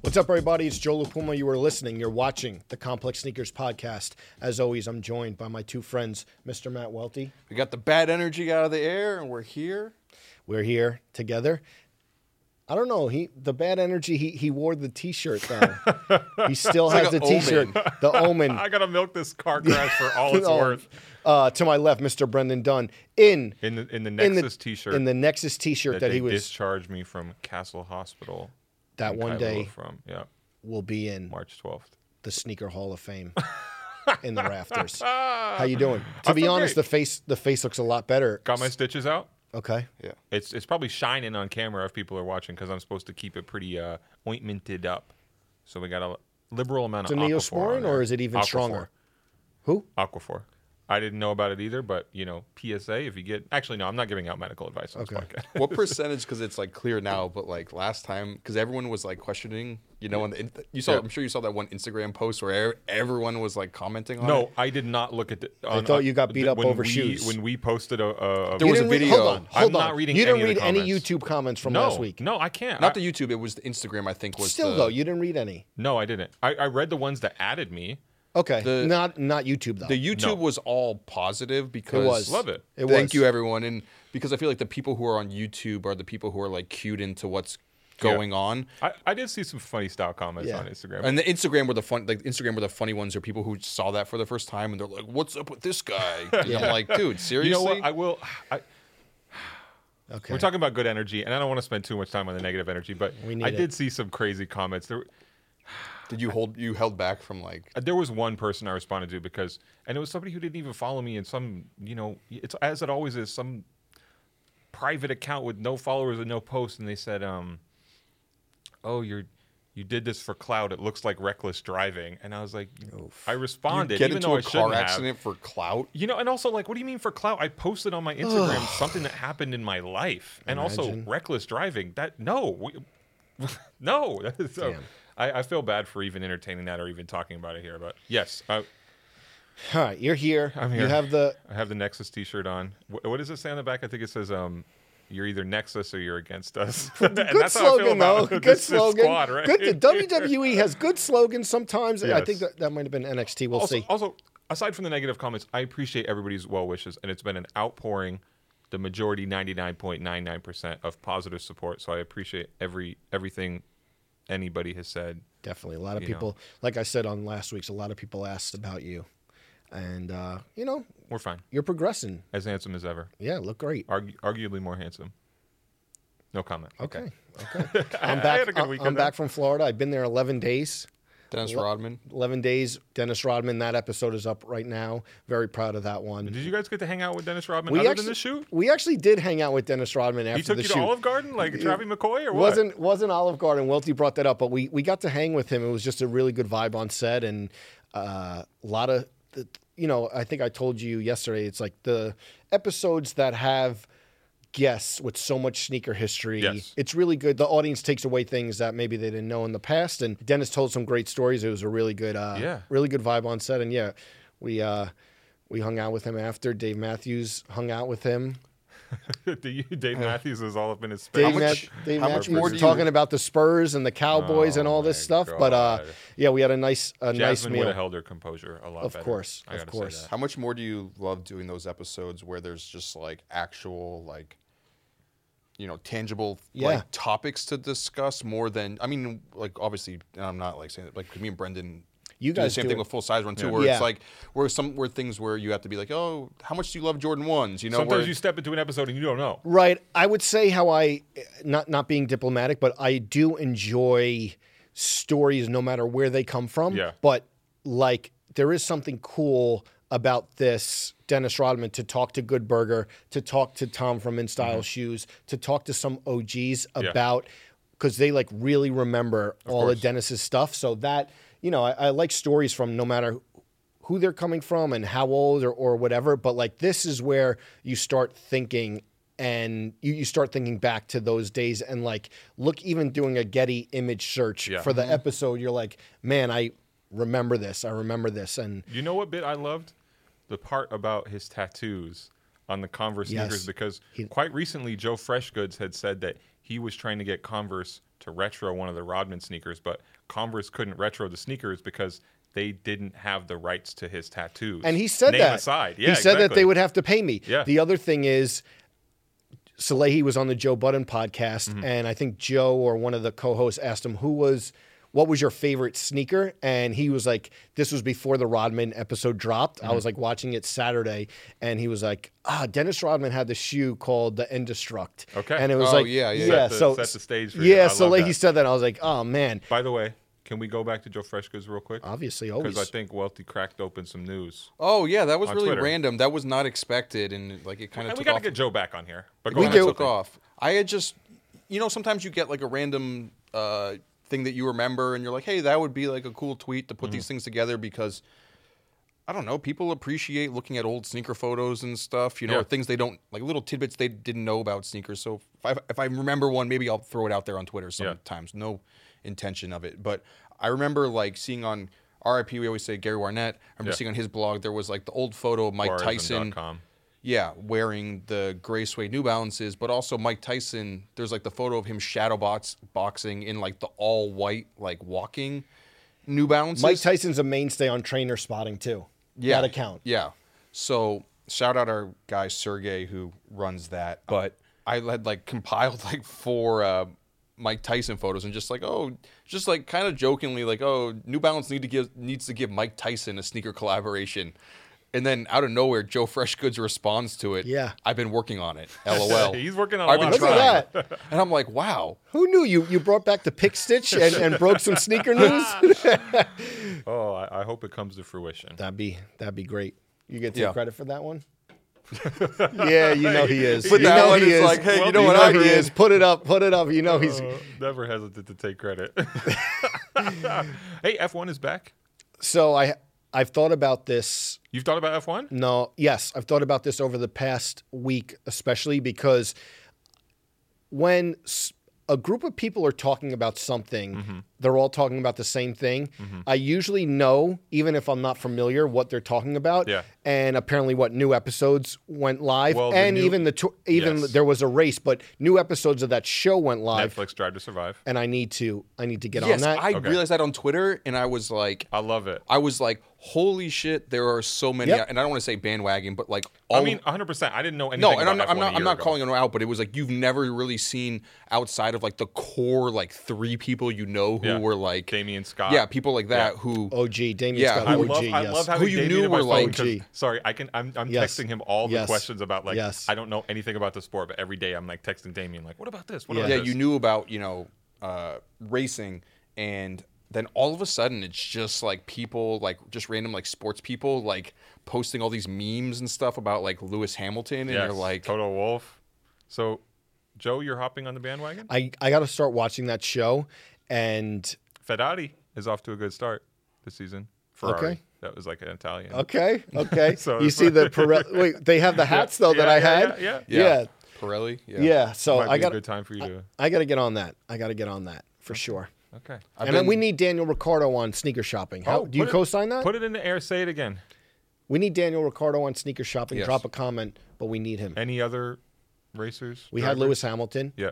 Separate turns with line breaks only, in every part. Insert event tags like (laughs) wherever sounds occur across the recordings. What's up, everybody? It's Joe LaPuma. You are listening, you're watching the Complex Sneakers Podcast. As always, I'm joined by my two friends, Mr. Matt Welty.
We got the bad energy out of the air, and we're here.
We're here together. I don't know. He the bad energy. He he wore the T-shirt
(laughs)
though. he still has
like
the
an
T-shirt. The omen.
I gotta milk this car crash for
(laughs)
all it's
Oh,
worth.
Uh, to my left, Mr. Brendan Dunn in
In the in the
in
Nexus
the
T-shirt
in the Nexus T-shirt
that,
that,
they
he was
discharged me from Castle Hospital.
that
in
one
Kailua
day
from yeah,
will be in
March twelfth.
the Sneaker Hall of
(laughs)
Fame in the rafters. How you doing? To
Uh, I
be
feel
honest,
great.
the face the face looks a lot better.
Got my stitches out.
okay.
Yeah.
It's it's probably shining on camera if people are watching because I'm supposed to keep it pretty uh, ointmented up. So we got a liberal amount
It's a
of aquaphor on
neosporin,
there.
or is it even
Aquaphor.
stronger? Who?
Aquaphor. I didn't know about it either, but you know, PSA. If you get actually, no, I'm not giving out medical advice on this
Okay.
podcast. (laughs)
What percentage? Because it's like clear now, but like last time, because everyone was like questioning. You know, on the in- you saw.
Yeah.
I'm sure you saw that one Instagram post where e- everyone was like commenting on.
No,
it.
I did not look at. The,
I thought you got beat up
when
over
we,
shoes.
when we posted a. a, a
There was a
didn't read-
video.
hold on. Hold
I'm
on.
not reading
You didn't
any of
read
the
any
comments.
YouTube comments from
no,
last week.
No, I can't.
not
I-
the YouTube. It was the Instagram. I think was
Still
the,
though, you didn't read any.
No, I didn't. I, I read the ones that added me.
Okay.
The-
not not YouTube though.
The YouTube
No.
was all positive because
was.
Love it.
It
Thank
was.
you, everyone, and because I feel like the people who are on YouTube are the people who are like cued into what's going on.
I, I did see some funny style comments
Yeah.
on Instagram.
And the Instagram were the fun, like Instagram were the funny ones, or people who saw that for the first time and they're like, "What's up with this
(laughs)
guy?" And
Yeah.
I'm like, "Dude, seriously?"
you know what? I will. I,
okay.
We're talking about good energy, and I don't want to spend too much time on the negative energy, but
We need
I
it.
did see some crazy comments. There,
Did you hold? You held back from like?
Uh, there was one person I responded to because, and it was somebody who didn't even follow me in some, you know, it's as it always is, some private account with no followers and no posts, and they said, um, "Oh, you're." You did this for cloud. It looks like reckless driving, and I was like, I responded,
get
even
into
though
a
I
car
shouldn't have.
accident for clout?
You know, and also like, what do you mean for clout? I posted on my Instagram something that happened in my life, and also
Imagine.
reckless driving. That no, we, (laughs) no. That is, so
Damn.
I, I feel bad for even entertaining that or even talking about it here. But yes, I,
All right, you're here.
I'm
You
here.
have the
I have the Nexus T-shirt on. What, what does it say on the back? I think it says, um, "You're either Nexus or you're against us." (laughs) and
good
that's how I feel
slogan though.
(laughs)
(laughs)
about
Good
this- this
slogan.
squad, right?
Good. The WWE E has good slogans sometimes. I
Yes.
think that, that might have been NXT. We'll
also, oh,
see.
also, aside from the negative comments, I appreciate everybody's well wishes, and it's been an outpouring, the majority, ninety nine point nine nine percent of positive support. So I appreciate every everything anybody has said.
Definitely, a lot of
know.
people. Like I said on last week's, a lot of people asked about you, and uh, you know
We're fine,
you're progressing.
as handsome as ever,
Yeah, look great.
Argu- arguably more handsome. No comment.
Okay. Okay. I'm
(laughs) I
back.
had a good
I'm- I'm
weekend,
back from Florida. I've been there 11 days.
Dennis Rodman.
11 days. Dennis Rodman. That episode is up right now. Very proud of that one.
Did you guys get to hang out with Dennis Rodman other
actually,
than the shoot?
we actually did hang out with Dennis Rodman after
He took
the
you
shoot.
to Olive Garden like Travis McCoy or what?
wasn't wasn't Olive Garden. Welty brought that up, but we we got to hang with him. It was just a really good vibe on set, and uh, a lot of the- you know. I think I told you yesterday. It's like the episodes that have guests with so much sneaker history.
Yes.
It's really good. The audience takes away things that maybe they didn't know in the past, and Dennis told some great stories. It was a really good uh,
Yeah.
really good vibe on set, and yeah, we. Uh, we hung out with him after. Dave Matthews hung out with him.
Do you- (laughs) Dave Matthews was all up in his space.
Dave,
How much-
Mat- Dave
how much
Matthews
more
was
do you- Oh
talking about the Spurs and the Cowboys and all this
my
stuff. But uh,
God.
yeah, we had a nice, a nice
Jasmine would
meal.
have held her composure a lot
Of
better.
course,
I
of
gotta say
course.
that.
How much more do you love doing those episodes where there's just like actual like you know tangible
Yeah.
like topics to discuss more than I mean like obviously and I'm not like saying that like 'cause me and Brendan
You
do the
guys
same
do
thing
it.
with full size run too where
Yeah.
it's like where some where things where you have to be like oh how much do you love Jordan ones you know
Sometimes
where
you step into an episode and you don't know.
Right. I would say how I, not not being diplomatic, but I do enjoy stories no matter where they come from.
Yeah.
But like, there is something cool about this Dennis Rodman to talk to Good Burger, to talk to Tom from In
Mm-hmm.
Style Shoes, to talk to some OGs about because they like really remember all of Dennis's stuff. So that you know, I, I like stories from no matter who they're coming from and how old or, or whatever. But like this is where you start thinking and you, you start thinking back to those days and like look even doing a Getty image search
Yeah.
for the episode, you're like, man, I remember this. I remember this. And
You know what bit I loved? The part about his tattoos on the Converse sneakers
Yes.
because
He-
quite recently Joe Freshgoods had said that he was trying to get Converse to retro one of the Rodman sneakers, but Converse couldn't retro the sneakers because they didn't have the rights to his tattoos.
And he said
Name
that.
aside,
he
Yeah,
said that they
exactly.
would have to pay me.
Yeah.
The other thing is, Salehi was on the Joe Budden podcast,
Mm-hmm.
and I think Joe or one of the co-hosts asked him who was, what was your favorite sneaker, and he was like, this was before the Rodman episode dropped.
Mm-hmm.
I was like watching it Saturday, and he was like, ah, Dennis Rodman had the shoe called the Indestruct.
Okay.
And it was
Oh,
like,
yeah, yeah.
Set the-
so
set the stage for you. I
yeah,
love
Salehi
that.
said that. and I was like, oh man,
By the way, can we go back to Joe Freshgoods real quick?
obviously
Because
always.
I think Welty cracked open some news.
Oh yeah, that was
On
really
Twitter.
random. That was not expected, and like it kind of
And we
took
got to
off.
get Joe back on here. But go
we
ahead,
do.
Sophie.
took off. I had just, you know, sometimes you get like a random uh, thing that you remember, and you're like, hey, that would be like a cool tweet to put these things together because. I don't know. People appreciate looking at old sneaker photos and stuff, you know,
Yeah.
or things they don't like, little tidbits they didn't know about sneakers. So if I, if I remember one, maybe I'll throw it out there on Twitter sometimes. No intention of it, but I remember like seeing on RIP. We always say Gary Barnett. I remember
Yeah.
seeing on his blog there was like the old photo of Mike Tyson
Barrism.com.
yeah, wearing the gray suede New Balances, but also Mike Tyson. There's like the photo of him shadow box, boxing in like the all white, like walking New Balances.
Mike Tyson's a mainstay on trainer spotting too.
yeah,
Got to count.
Yeah. So shout out our guy Sergey who runs that.
Oh.
But I had like compiled like four uh, Mike Tyson photos and just like oh, just like kind of jokingly like oh, New Balance need to give needs to give Mike Tyson a sneaker collaboration. And then out of nowhere, Joe Fresh Goods responds to it.
Yeah.
I've been working on
(laughs)
it. LOL.
He's working on a
I've been
lot.
Look at
trying. And I'm like, wow.
Who knew you? You brought back the pick stitch and, and broke some sneaker news.
Oh, I, I hope it comes to fruition.
(laughs) that'd be that'd be great. You get to take
Yeah.
credit for that one. (laughs) yeah, you know he is.
But
you
that
know
one
he
is like, hey, you know
you
what
know
I
he
did?
is. Put it up. Put it up. You know he's
Uh, (laughs) never hesitant to take credit. (laughs)
(laughs)
hey, F1 is back.
so I I've thought about this
You've thought about F1?
No, yes, I've thought about this over the past week, especially because when s- a group of people are talking about something,
Mm-hmm.
they're all talking about the same thing. I usually know, even if I'm not familiar, what they're talking about.
Yeah.
And apparently, what new episodes went live,
Well, the
and
new-
even the tw- even
Yes.
there was a race, but new episodes of that show went live.
Netflix Drive to Survive.
And I need to I need to get on
Yes,
that.
I
Okay.
realized that on Twitter, and I was like,
I love it.
I was like, holy shit, there are so many,
Yep.
and I don't want to say bandwagon, but like all
I mean,
of-
100%. I didn't know anything
no,
about
and I'm not,
F1
I'm not,
a
I'm
year
not
ago.
calling it out, but it was like you've never really seen outside of like the core like three people you know who
Yeah.
were like,
Damian Scott.
yeah, people like that who
OG Damien's
Yeah,
got
I
OG.
love,
yes.
I love having
Who you
Damien
knew
in my
were
phone
like-
'cause-
OG.
sorry, I can. I'm, I'm
Yes.
texting him all the
Yes.
questions about like
Yes.
I don't know anything about the sport, but every day I'm like texting Damien like, what about this? What
Yeah.
about
yeah
this?
you knew about you know uh, racing and then all of a sudden it's just like people like just random like sports people like posting all these memes and stuff about like Lewis Hamilton and
Yes.
you're like
Toto Wolf. So, Joe, you're hopping on the bandwagon.
I, I got to start watching that show, and
Fedati is off to a good start this season. Ferrari.
Okay.
That was like an Italian.
Okay.
(laughs)
Okay.
So
you
it's
see the
like-
Pirelli. Wait, they have the hats though that
yeah,
I
yeah,
had.
yeah,
yeah. Yeah.
Pirelli yeah,
So
Might
Oh, I
be a
got.
good time for you to.
I got to get on that. I got to get on that for sure.
Okay.
I've
and then
been-
we need Daniel Ricardo on sneaker shopping. How,
Oh,
Oh, do you
put it-
co-sign that?
Put it in the air. Say it again.
we need Daniel Ricardo on sneaker shopping.
Yes.
Drop a comment, but we need him.
Any other racers?
we
drivers?
had Lewis Hamilton.
Yeah.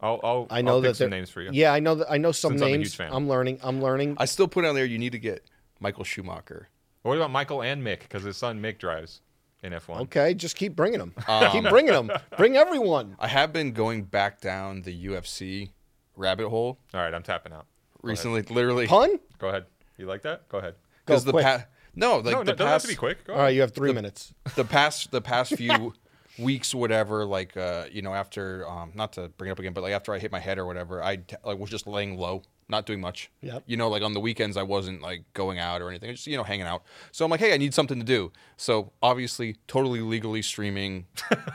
I'll. I'll
I know
I'll
that
pick some
there-
names for you.
Yeah, I know that. I know some
Since I'm a
names.
huge fan.
learning. I'm learning.
I still put on there you need to get Michael Schumacher
What about Michael and Mick? Because his son Mick drives in F1.
okay, just keep bringing them.
Um,
keep bringing
(laughs)
them. Bring everyone.
I have been going back down the UFC rabbit hole
All right, I'm tapping out.
recently literally
Pun.
Go ahead. You like that? Go ahead.
because
Go
the
quick.
pa- no like
no,
the
no, doesn't have
past
to be quick. Go
All right, you have three minutes.
the past the past
(laughs)
few weeks whatever like uh you know after um not to bring it up again but like after i hit my head or whatever i t- like was just laying low not doing much
Yep.
you know like on the weekends i wasn't like going out or anything I was just you know hanging out so i'm like hey i need something to do so obviously totally
(laughs)
legally streaming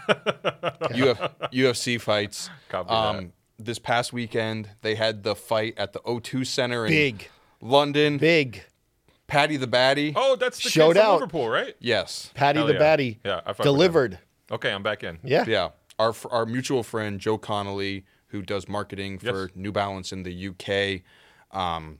Uf- ufc fights Um,
Copy
this past weekend they had the fight at the o2 center in
Big.
london
Big
patty the batty
Oh, that's the
Showed
kid from
out.
Liverpool, right?
yes
Patty
Hell
the
yeah.
Batty.
Yeah, I fuck with him.
delivered.
Okay, I'm back in.
Yeah.
yeah our fr- our mutual friend joe connolly who does marketing for
Yes.
new balance in the uk um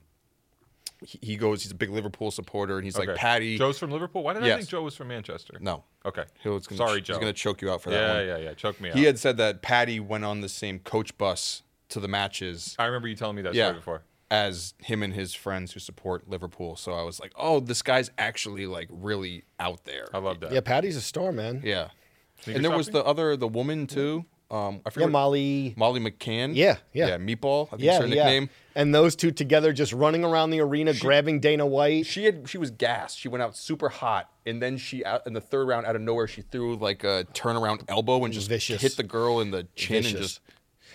he- he goes. He's a big Liverpool supporter, and he's like
Okay.
Patty.
Joe's from Liverpool. Why did I
Yes.
think Joe was from Manchester?
no,
Okay.
he was gonna,
Sorry, Joe.
He's going to choke you out for that
yeah,
one.
yeah, yeah. Choke me out.
He had said that Patty went on the same coach bus to the matches
I remember you telling me that
Yeah.
story before.
as him and his friends who support Liverpool. So I was like, oh, this guy's actually like really out there.
I love that.
Yeah, Patty's a star, man.
Yeah.
Sneaker
and there was
shopping?
the other the woman too. Um, I
Yeah,
forget
Molly.
Molly McCann.
Yeah, yeah.
yeah. Meatball. I think
Yeah,
is her
yeah.
nickname.
And those two together just running around the arena, grabbing Dana White.
She had she was gassed. She went out super hot, and then she out in the third round out of nowhere she threw like a turnaround elbow and just
Vicious.
hit the girl in the chin and
Vicious.
just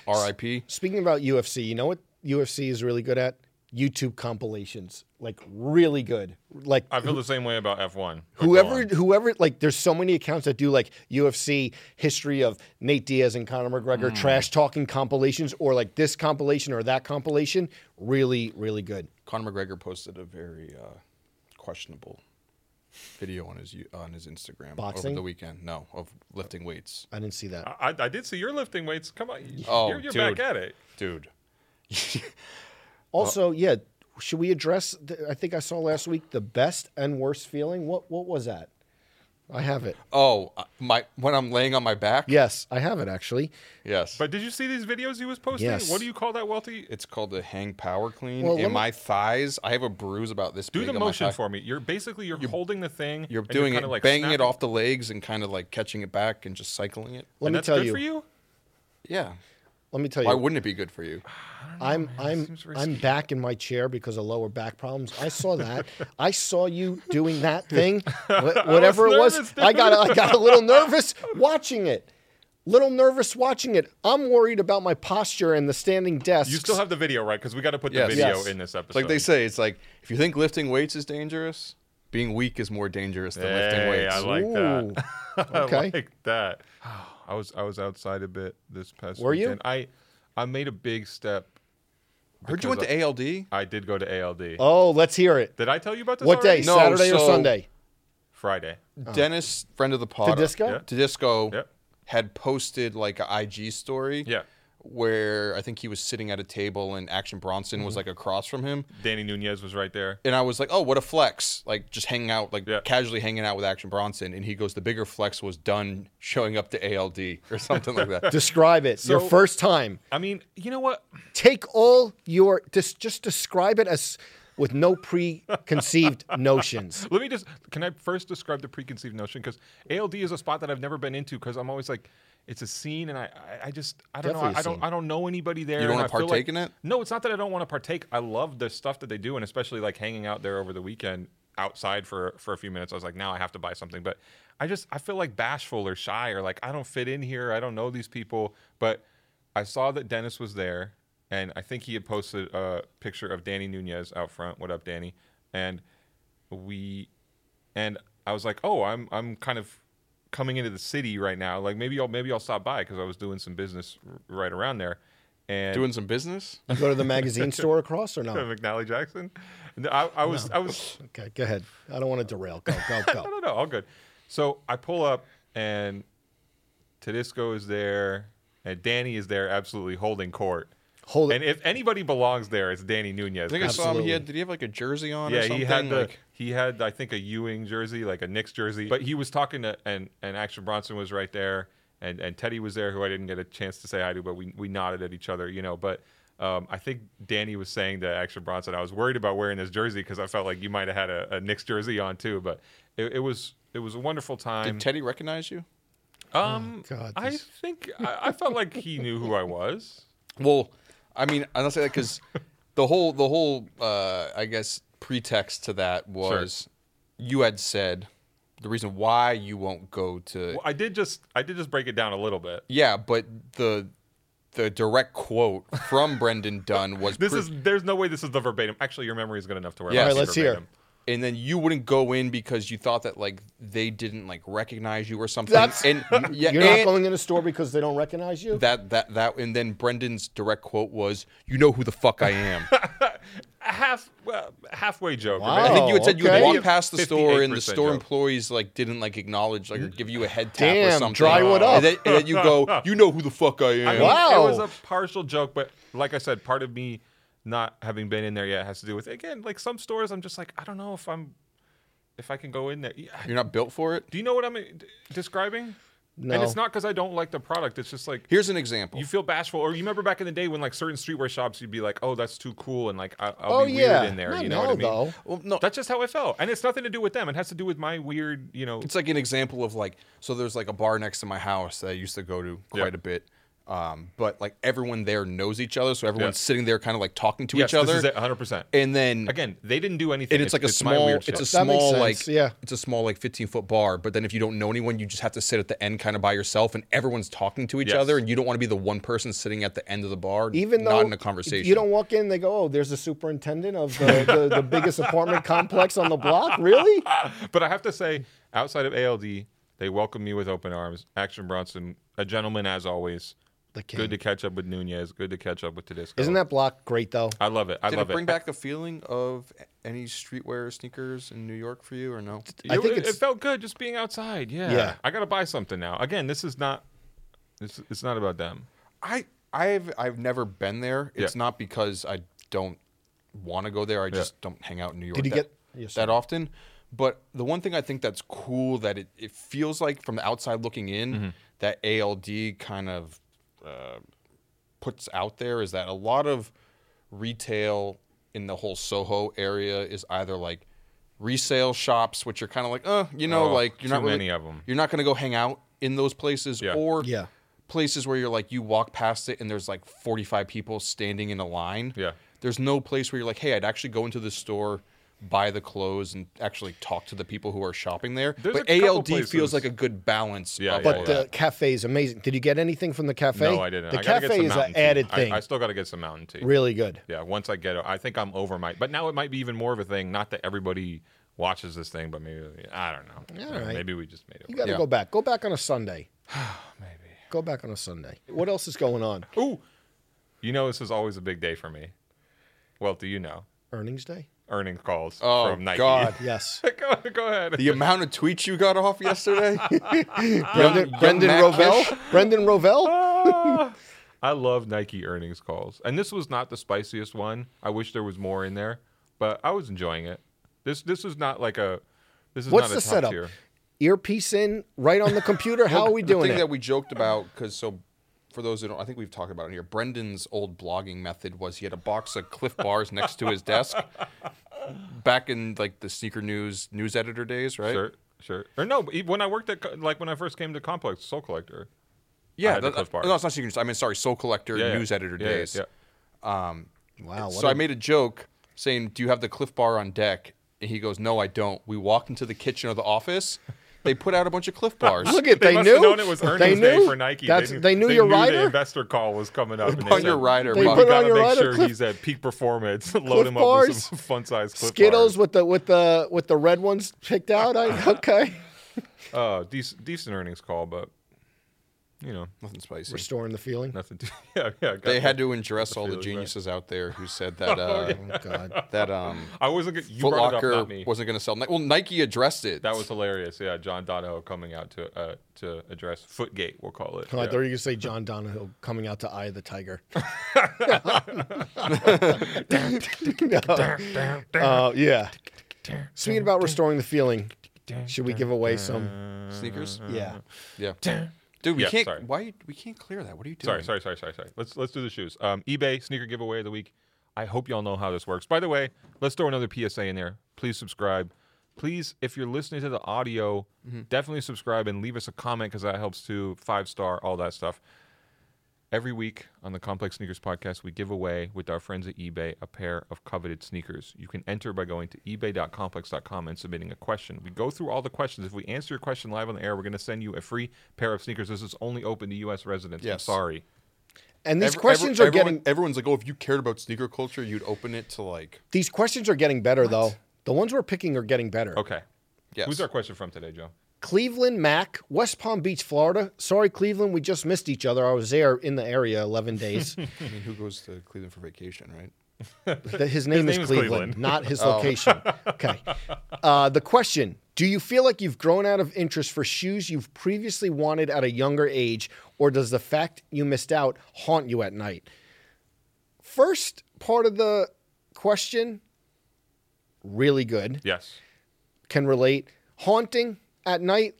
R.I.P.
Speaking about UFC, you know what UFC is really good at? YouTube compilations. Like really good. Like
I feel the same way about F1. but go
whoever
on.
whoever like there's so many accounts that do like UFC history of Nate Diaz and Conor McGregor
Mm.
trash talking compilations or like this compilation or that compilation. Really, really good.
Conor McGregor posted a very uh, questionable video on his on his Instagram
Boxing?
over the weekend. No, of lifting weights,
I didn't see that.
I, I did see you're lifting weights. Come on. y-
Oh,
you're you're
dude.
back at it.
dude.
Also, yeah, should we address the, I think I saw last week the best and worst feeling? What what was that? I have it.
Oh, uh, my when I'm laying on my back.
Yes, I have it actually.
Yes.
But did you see these videos he was posting?
Yes.
What do you call that, Welty?
It's called the hang power clean.
Well, let
in
me-
my thighs, I have a bruise about this
Do
big
the
on my
motion
thigh.
for me. You're basically you're, holding the thing.
You're
and
doing
kinda,
it,
like,
banging it
snapping-
off the legs and kind of like catching it back and just cycling it.
Let
and
me
that's
tell
good
you,
for you.
Yeah.
Let me tell you.
Why wouldn't it be good for
(sighs)
you?
I'm I'm
seems
I'm back in my chair because of lower back problems. I saw that. I saw you doing that
(laughs)
thing, wh- whatever it was.
nervous,
I got I got a little nervous watching it. Little nervous watching it. I'm worried about my posture and the standing desk.
You still have the video, right? Because we got to put the
Yes.
video
Yes.
in this
It's
episode.
like they say, it's like if you think lifting weights is dangerous, being weak is more dangerous than lifting
Hey,
weights.
I like that. (laughs) I
okay.
like that. (sighs) I was I was outside a bit this past
Were you?
weekend. I I made a big step.
Heard you
because
went to ALD?
I did go to ALD.
Oh, let's hear it.
Did I tell you about this?
What day?
already?
No,
Saturday or
so-
Sunday?
Friday.
Dennis, friend of the pod,
Tedisco? Yeah.
Tedisco
Yep.
had posted like a IG story.
Yeah.
Where I think he was sitting at a table and Action Bronson
Mm-hmm.
was like across from him.
Danny Nunez was right there.
and I was like, "Oh, what a flex!" Like just hanging out, like
Yeah.
casually hanging out with Action Bronson. And he goes, "The bigger flex was done showing up to ALD or something like
(laughs)
that." (laughs)
Describe it. Your
So-
first time.
I mean, you know what?
Take all your just just describe it as with no
(laughs)
preconceived notions.
Let me just can I first describe the preconceived notion because ALD is a spot that I've never been into because I'm always like it's a scene and I I- I just I don't
Definitely a
know I, I don't
scene.
I don't know anybody there.
You don't
and
wanna
I feel like-
partake in it?
No, it's not that I don't want to partake. I love the stuff that they do and especially like hanging out there over the weekend outside for for a few minutes. I was like, now I have to buy something, but I just I feel like bashful or shy or like I don't fit in here. I don't know these people, but I saw that Dennis was there, and I think he had posted a picture of Danny Nunez out front. What up, Danny? And we, and I was like, oh, I'm I'm kind of coming into the city right now. Like maybe I'll maybe I'll stop by because I was doing some business r- right around there, and
Doing some business.
You go to the
(laughs)
magazine store across or no?
McNally Jackson. No, I, I was I was
Okay, go ahead. I don't want to derail. Go, go, go.
(laughs) no, no, no, all good. So I pull up and Tedisco is there and Danny is there absolutely holding court.
Hold
And if anybody belongs there, it's Danny Nunez.
I think I saw him. He
Absolutely.
had did he have like a jersey on? or
yeah,
something?
he had the,
like,
he had I think a Ewing jersey, like a Knicks jersey. But he was talking to and and Action Bronson was right there and and Teddy was there who I didn't get a chance to say hi to, but we we nodded at each other, you know, but um, I think Danny was saying to Action Bronson, I was worried about wearing this jersey because I felt like you might have had a, a Knicks jersey on too, but it, it was it was a wonderful time.
did oh, Teddy recognize you?
Um,
God,
I
this-
think I, I felt like he knew who I was.
Well, I mean, I don't say that
(laughs)
because the whole the whole uh, I guess pretext to that was you had said the reason why you won't go to
Well, I did just I did just break it down a little bit.
yeah, but the the direct quote from Brendan Dunn was
(laughs) This
pre-
is there's no way this is the verbatim. Actually, your memory is good enough to where.
Yeah.
I'll
All right,
say
let's hear.
verbatim.
and then you wouldn't go in because you thought that like they didn't like recognize you or something.
That's- (laughs)
and yeah,
You're not
and
going in a store because they don't recognize you.
that that that and then Brendan's direct quote was, "You know who the fuck
(laughs)
I am."
A half well, halfway joke.
Wow.
I think you had said you would
Oh, okay.
walk past the store and the
58%
store
joke.
employees like didn't like acknowledge like or give you a head tap or
Damn,
something.
drywood up.
And then, and then you go, "You know who the fuck (laughs) I
I
am."
mean,
Wow.
It was a partial joke, but like I said, part of me not having been in there yet has to do with again like some stores I'm just like I don't know if I'm if I can go in there. Yeah.
You're not built for it.
Do you know what I'm uh, d- describing?
No.
And it's not because I don't like the product. It's just like
Here's an example.
you feel bashful, or you remember back in the day when like certain streetwear shops, you'd be like, "Oh, that's too cool," and like I- I'll
Oh
be
yeah,
weird in there.
Not
you know
now,
what I mean?
though.
well, no,
That's just how I felt, and it's nothing to do with them. It has to do with my weird, you know.
it's like an example of like so there's like a bar next to my house that I used to go to quite
Yeah.
a bit. Um, but like everyone there knows each other, so everyone's
Yeah.
sitting there kind of like talking to
yes,
each other.
This is it, 100. percent
And then
Again, they didn't do anything.
and it's, like a
my
small
weird
it's a
shit.
That makes
small like
sense, yeah.
it's a small like 15 foot bar but then if you don't know anyone you just have to sit at the end kind of by yourself and everyone's talking to each
Yes.
other and you don't want to be the one person sitting at the end of the bar
Even though
not in a conversation
you don't walk in, they go, "Oh, there's the superintendent of the, the, the biggest apartment complex on the block." Really?
but I have to say, outside of ALD, they welcomed me with open arms. Action Bronson, a gentleman as always.
The
Good to catch up with Nunez. Good to catch up with Tedesco.
Isn't that block great though?
I love it. I
did
love
it bring
it.
back the feeling of any streetwear sneakers in New York for you or no?
I
It-
think
it,
it's-
felt good just being outside. Yeah.
Yeah.
I gotta buy something now. Again, this is not. It's, it's not about them.
I I've I've never been there. It's
Yeah.
not because I don't want to go there. I just don't hang out in New York.
Did you
that,
get- Yes,
that often? But the one thing I think that's cool that it, it feels like from the outside looking in
Mm-hmm.
that ALD kind of uh, puts out there is that a lot of retail in the whole Soho area is either like resale shops, which are kind of like, uh, you know,
Oh,
like you're not
too
really,
many of 'em.
You're not going to go hang out in those places,
Yeah.
or
Yeah.
places where you're like you walk past it and there's like 45 people standing in a line.
Yeah.
There's no place where you're like, hey, I'd actually go into the store, buy the clothes, and actually talk to the people who are shopping there.
There's
but
a couple
ALD feels
places.
like a good balance.
Yeah,
of
yeah,
all
But
that.
the cafe is amazing. Did you get anything from the cafe?
No, I didn't.
The
I gotta get
cafe
some
is
Mountain
an
Tea.
added
I-
thing.
I, still gotta get some Mountain Tea.
really good.
Yeah. Once I get it, I think I'm over my. But now it might be even more of a thing. Not that everybody watches this thing, but maybe I don't know.
all right.
Maybe we just made it.
You
work.
got to
Yeah. Oh,
go back. Go back on a
(sighs)
Sunday.
maybe.
Go back on a Sunday. What else is going on?
Ooh, you know this is always a big day for me. Well, do you know
Earnings day?
earning calls
Oh,
from Nike?
God. (laughs)
Yes.
(laughs) go, go ahead. (laughs)
the amount of tweets you got
(laughs)
off yesterday.
Brendan,
young
Brendan
Matt
Rovell? Brendan
Uh,
Rovell?
Ah, I love Nike earnings calls, and this was not the spiciest one. I wish there was more in there, but I was enjoying it. This this is not like a this is
What's
not
the
a top
setup?
tier.
Earpiece in, right on the computer? How are we
the
doing
thing
it?
that we joked about because so for those who don't i think we've talked about it here brendan's old blogging method was he had a box of cliff bars next to his desk back in like the sneaker news news editor days right
Sure, sure. Or no, but e- when I worked at co- like when I first came to Complex Soul Collector, I
yeah
had the
that-
Clif Bar.
no it's not sneaker news i mean sorry soul collector
Yeah, yeah.
news editor
Yeah, yeah,
days
yeah.
Wow. Oh, What
so
a-
I made a joke saying, "Do you have the Cliff Bar on deck?" And he goes, "No, I don't." We walked into the kitchen of the office. They put out a bunch of Cliff Bars.
(laughs) Look at
They,
they,
must
knew.
have known it was
they
earnings
knew.
day for Nike.
That's,
knew-
they knew your
The
rider.
investor call was coming up. and
put
they
on your
said,
rider,
They
Buck.
put
We
on
gotta
your
make
rider.
sure
Cliff-
he's at peak performance. (laughs)
Cliff
Load him up with
bars.
some fun size Cliff
Skittles
Bars.
with the with the with the red ones picked out.
(laughs)
I okay.
Oh, decent decent earnings call, but you know
Nothing spicy.
Restoring the feeling.
nothing. To, (laughs) yeah, yeah. got
They
that.
had to address all the
feeling, right.
geniuses out there who
(laughs)
said that uh,
Oh God.
that um,
I wasn't. gonna- You
Foot
brought it up,
Locker
not me.
wasn't going to sell. Ni- Well, Nike addressed it.
That was hilarious. Yeah, John Donahoe coming out to uh, to address Footgate. We'll call it.
Oh, I
Yeah.
thought you were gonna say John Donahoe coming out to Eye of the
(laughs)
Tiger. no. Uh, yeah. Speaking about restoring the feeling, should we give away some?
sneakers.
Yeah.
(laughs)
Yeah, dude, we
Mm-hmm. Yeah,
can't.
sorry.
Why we can't clear that? What are you doing?
Sorry, sorry, sorry, sorry, sorry. Let's let's do the shoes. Um, eBay sneaker giveaway of the week. I hope y'all know how this works. By the way, let's throw another PSA in there. Please subscribe. Please, if you're listening to the audio, definitely subscribe and leave us a comment because that helps too. Five star, all that stuff. Every week on the Complex Sneakers podcast, we give away with our friends at eBay a pair of coveted sneakers. You can enter by going to ebay.complex.com and submitting a question. We go through all the questions. If we answer your question live on the air, we're going to send you a free pair of sneakers. This is only open to U.S. residents. I'm
Yes.
sorry.
And these
Every-
questions
every-
are
everyone-
getting
Everyone's like, oh, if you cared about sneaker culture, you'd open it to like.
these questions are getting better though. The ones we're picking are getting better.
Okay.
Yes.
Who's our question from today, Joe?
Cleveland Mac, West Palm Beach, Florida. Sorry, Cleveland, we just missed each other. I was there in the area 11 days.
(laughs) I mean, who goes to Cleveland for vacation, right?
That his name,
name
is
is
Cleveland,
Cleveland. Oh.
not
(laughs)
his location. okay. Uh, the question Do you feel like you've grown out of interest for shoes you've previously wanted at a younger age, or does the fact you missed out haunt you at night? first part of the question, really good.
Yes.
Can relate. Haunting at night,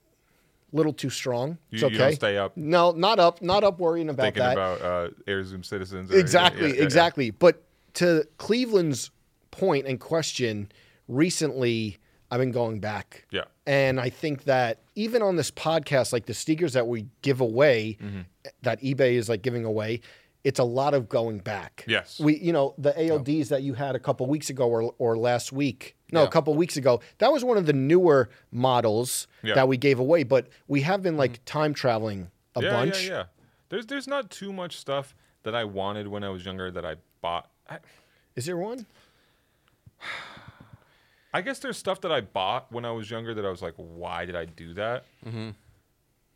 little too strong. It's
You-
okay.
you don't stay up.
No, not up. Not up worrying about
Thinking
that.
about uh, Air Zoom citizens. or-
exactly.
yeah, yeah, yeah.
exactly. But to Cleveland's point and question, recently I've been going back.
Yeah.
And I think that even on this podcast, like the sneakers that we give away,
Mm-hmm.
that eBay is like giving away, it's a lot of going back.
Yes.
We, you know, the ALDs that you had a couple weeks ago or, or last week, no, a couple weeks ago, that was one of the newer models
Yeah. Mm-hmm.
that we gave away, but we have been like time traveling a
yeah,
bunch.
Yeah, yeah. There's there's not too much stuff that I wanted when I was younger that I bought. I,
Is there one?
I guess there's stuff that I bought when I was younger that I was like, why did I do that? Mm-hmm.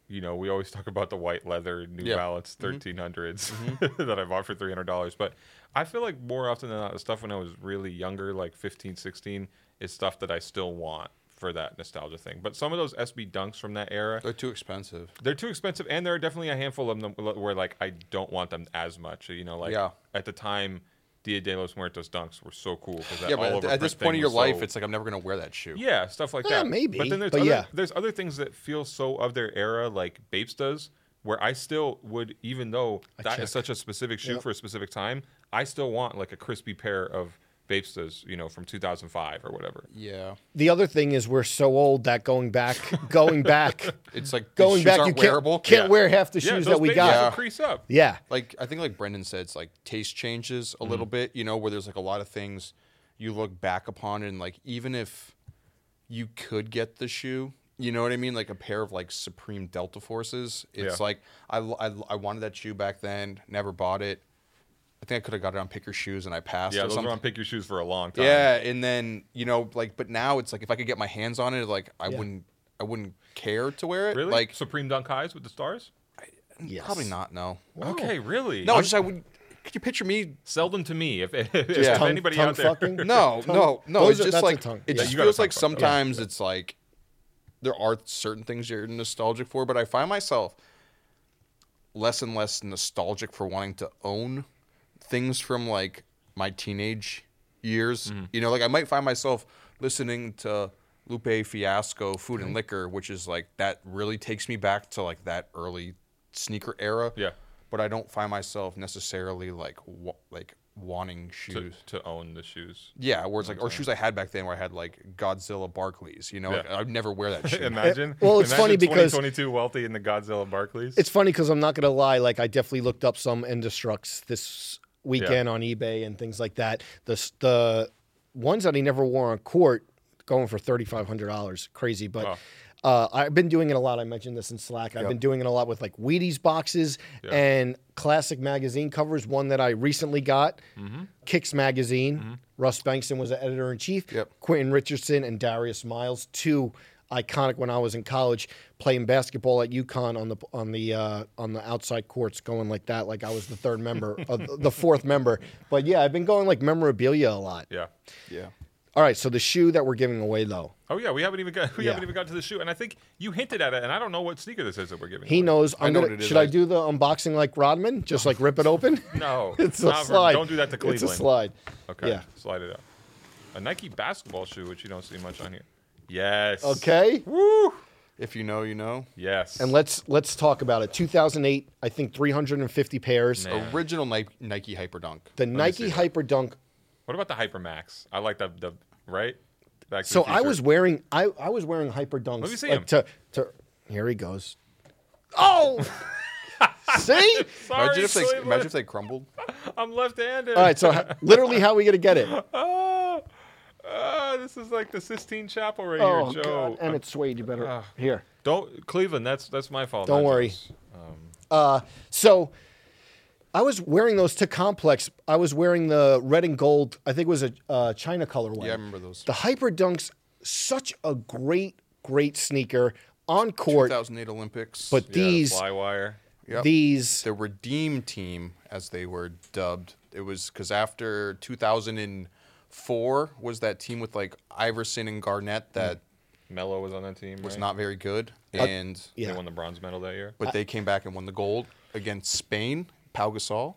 You know, we always talk about the white leather New
Yeah. Mm-hmm.
Balance 1300s (laughs) that I bought for $300. But I feel like more often than not, the stuff when I was really younger, like 15, 16, is stuff that I still want for that nostalgia thing. But some of those SB dunks from that era,
They're too expensive.
they're too expensive, and there are definitely a handful of them where like I don't want them as much. You know, like
Yeah.
at the time, Dia de los Muertos dunks were so cool because
Yeah, but at, at this point in your life, it's like I'm never gonna wear that shoe.
yeah, stuff like
Yeah,
that.
maybe,
But then there's
but
other,
yeah.
there's other things that feel so of their era, like Bapes does, where I still would, even though that is
check.
such a specific shoe for a specific time, I still want like a crispy pair of Bapes does, you know, from 2005 or whatever.
Yeah.
the other thing is we're so old that going back, going back,
It's like these
going
shoes
back, you
aren't
can't,
wearable.
can't
Yeah.
wear half the
yeah,
shoes
those
that we
Bapes will
got.
crease up.
Yeah.
like I think like Brendan said, it's like taste changes a
Mm-hmm.
little bit, you know, where there's like a lot of things you look back upon and like even if you could get the shoe, you know what I mean? Like a pair of like Supreme Delta Forces. It's
Yeah.
like I, l- I l- I wanted that shoe back then, never bought it. I think I could have got it on Pick Your Shoes and I passed
Yeah,
or
those were
something.
on pick your shoes for a long time.
Yeah, and then you know, like, but now it's like if I could get my hands on it, like I
Yeah.
wouldn't, I wouldn't care to wear it.
Really?
Like,
Supreme Dunk Highs with the stars?
Yes.
probably not. No,
Okay, really?
no. I just I would. Could you picture me
sell them to me if, (laughs) if,
Yeah.
Tongue-
anybody
tongue
out there.
fucking? (laughs)
No,
Tongue-
no, no.
Those
It's
are-
just
that's a
like
tongue.
it
Yeah.
just
you gotta
feels like
talk about it.
sometimes it's like there are certain things you're nostalgic for, but I find myself less and less nostalgic for wanting to own things from like my teenage years.
Mm-hmm.
You know, like I might find myself listening to Lupe Fiasco, Food and Liquor, which is like that really takes me back to like that early sneaker era.
Yeah.
But I don't find myself necessarily like wa- like wanting
(laughs) To,
shoes.
to own the shoes.
Yeah, where it's like, or shoes I had back then where I had like Godzilla Barclays, you know, like,
Yeah.
I'd never wear (laughs) that shoe.
Imagine.
well, it's
imagine
funny because-
2022 wealthy in the Godzilla Barclays.
It's funny because I'm not going to lie. Like, I definitely looked up some Indestructs this weekend on eBay and things like that. The, s- the ones that he never wore on court going for $3,500. Crazy. But uh, I've been doing it a lot. I mentioned this in Slack. I've been doing it a lot with like Wheaties boxes and classic magazine covers. One that I recently got, Kicks Magazine. Russ Bankston was the editor in chief.
Yep.
Quentin Richardson and Darius Miles, two iconic when I was in college playing basketball at UConn on the on the uh, on the outside courts, going like that, like I was the third
(laughs)
member, of the fourth member. But yeah, I've been going like memorabilia a lot.
(laughs) yeah.
yeah.
All right, so the shoe that we're giving away though,
Oh yeah, we haven't even got (laughs) we
Yeah.
haven't even got to the shoe, and I think you hinted at it, and I don't know what sneaker this is that we're giving.
he (laughs)
away.
knows. I'm
know
gonna,
what it is.
should I do the unboxing like Rodman, just like rip it open?
(laughs) No,
(laughs) it's a
not for-
slide.
don't do that to Cleveland.
It's a slide.
Okay,
Yeah.
slide it up. A Nike basketball shoe, which you don't see much on here. Yes.
Okay.
Woo.
If you know, you know.
Yes.
And let's let's talk about it. 2008, I think 350 pairs.
Man. Yeah.
Original Nike, Nike Hyperdunk.
The
me
Nike
see that.
Hyperdunk
what about the Hypermax? I like the the right. Back to the
So I
Future.
was wearing I, I was wearing hyper dunks.
Let me see
like,
him.
To, to here he goes. Oh, (laughs) see.
Sorry,
Imagine if, they,
Cleveland.
imagine if they crumbled.
I'm left-handed.
All right. So ho- literally, how are we gonna get it?
Oh, oh, this is like the Sistine Chapel right
Oh
here, Joe.
God! And it's suede. You better here.
Don't Cleveland. That's that's my fault.
Don't
not
worry.
yours.
So I was wearing those to complex. I was wearing the red and gold. I think it was a uh, China color one.
Yeah, I remember those.
The hyper dunks, such a great, great sneaker on court.
2008 Olympics.
But
Yeah, the
these,
fly wire.
Yep.
these,
the Redeem Team, as they were dubbed, it was because after 2004 was that team with like Iverson and Garnett that
Mello was on that team.
was
right?
not very good. And
yeah.
They won the bronze medal that year.
But they came back and won the gold against Spain, Pau Gasol.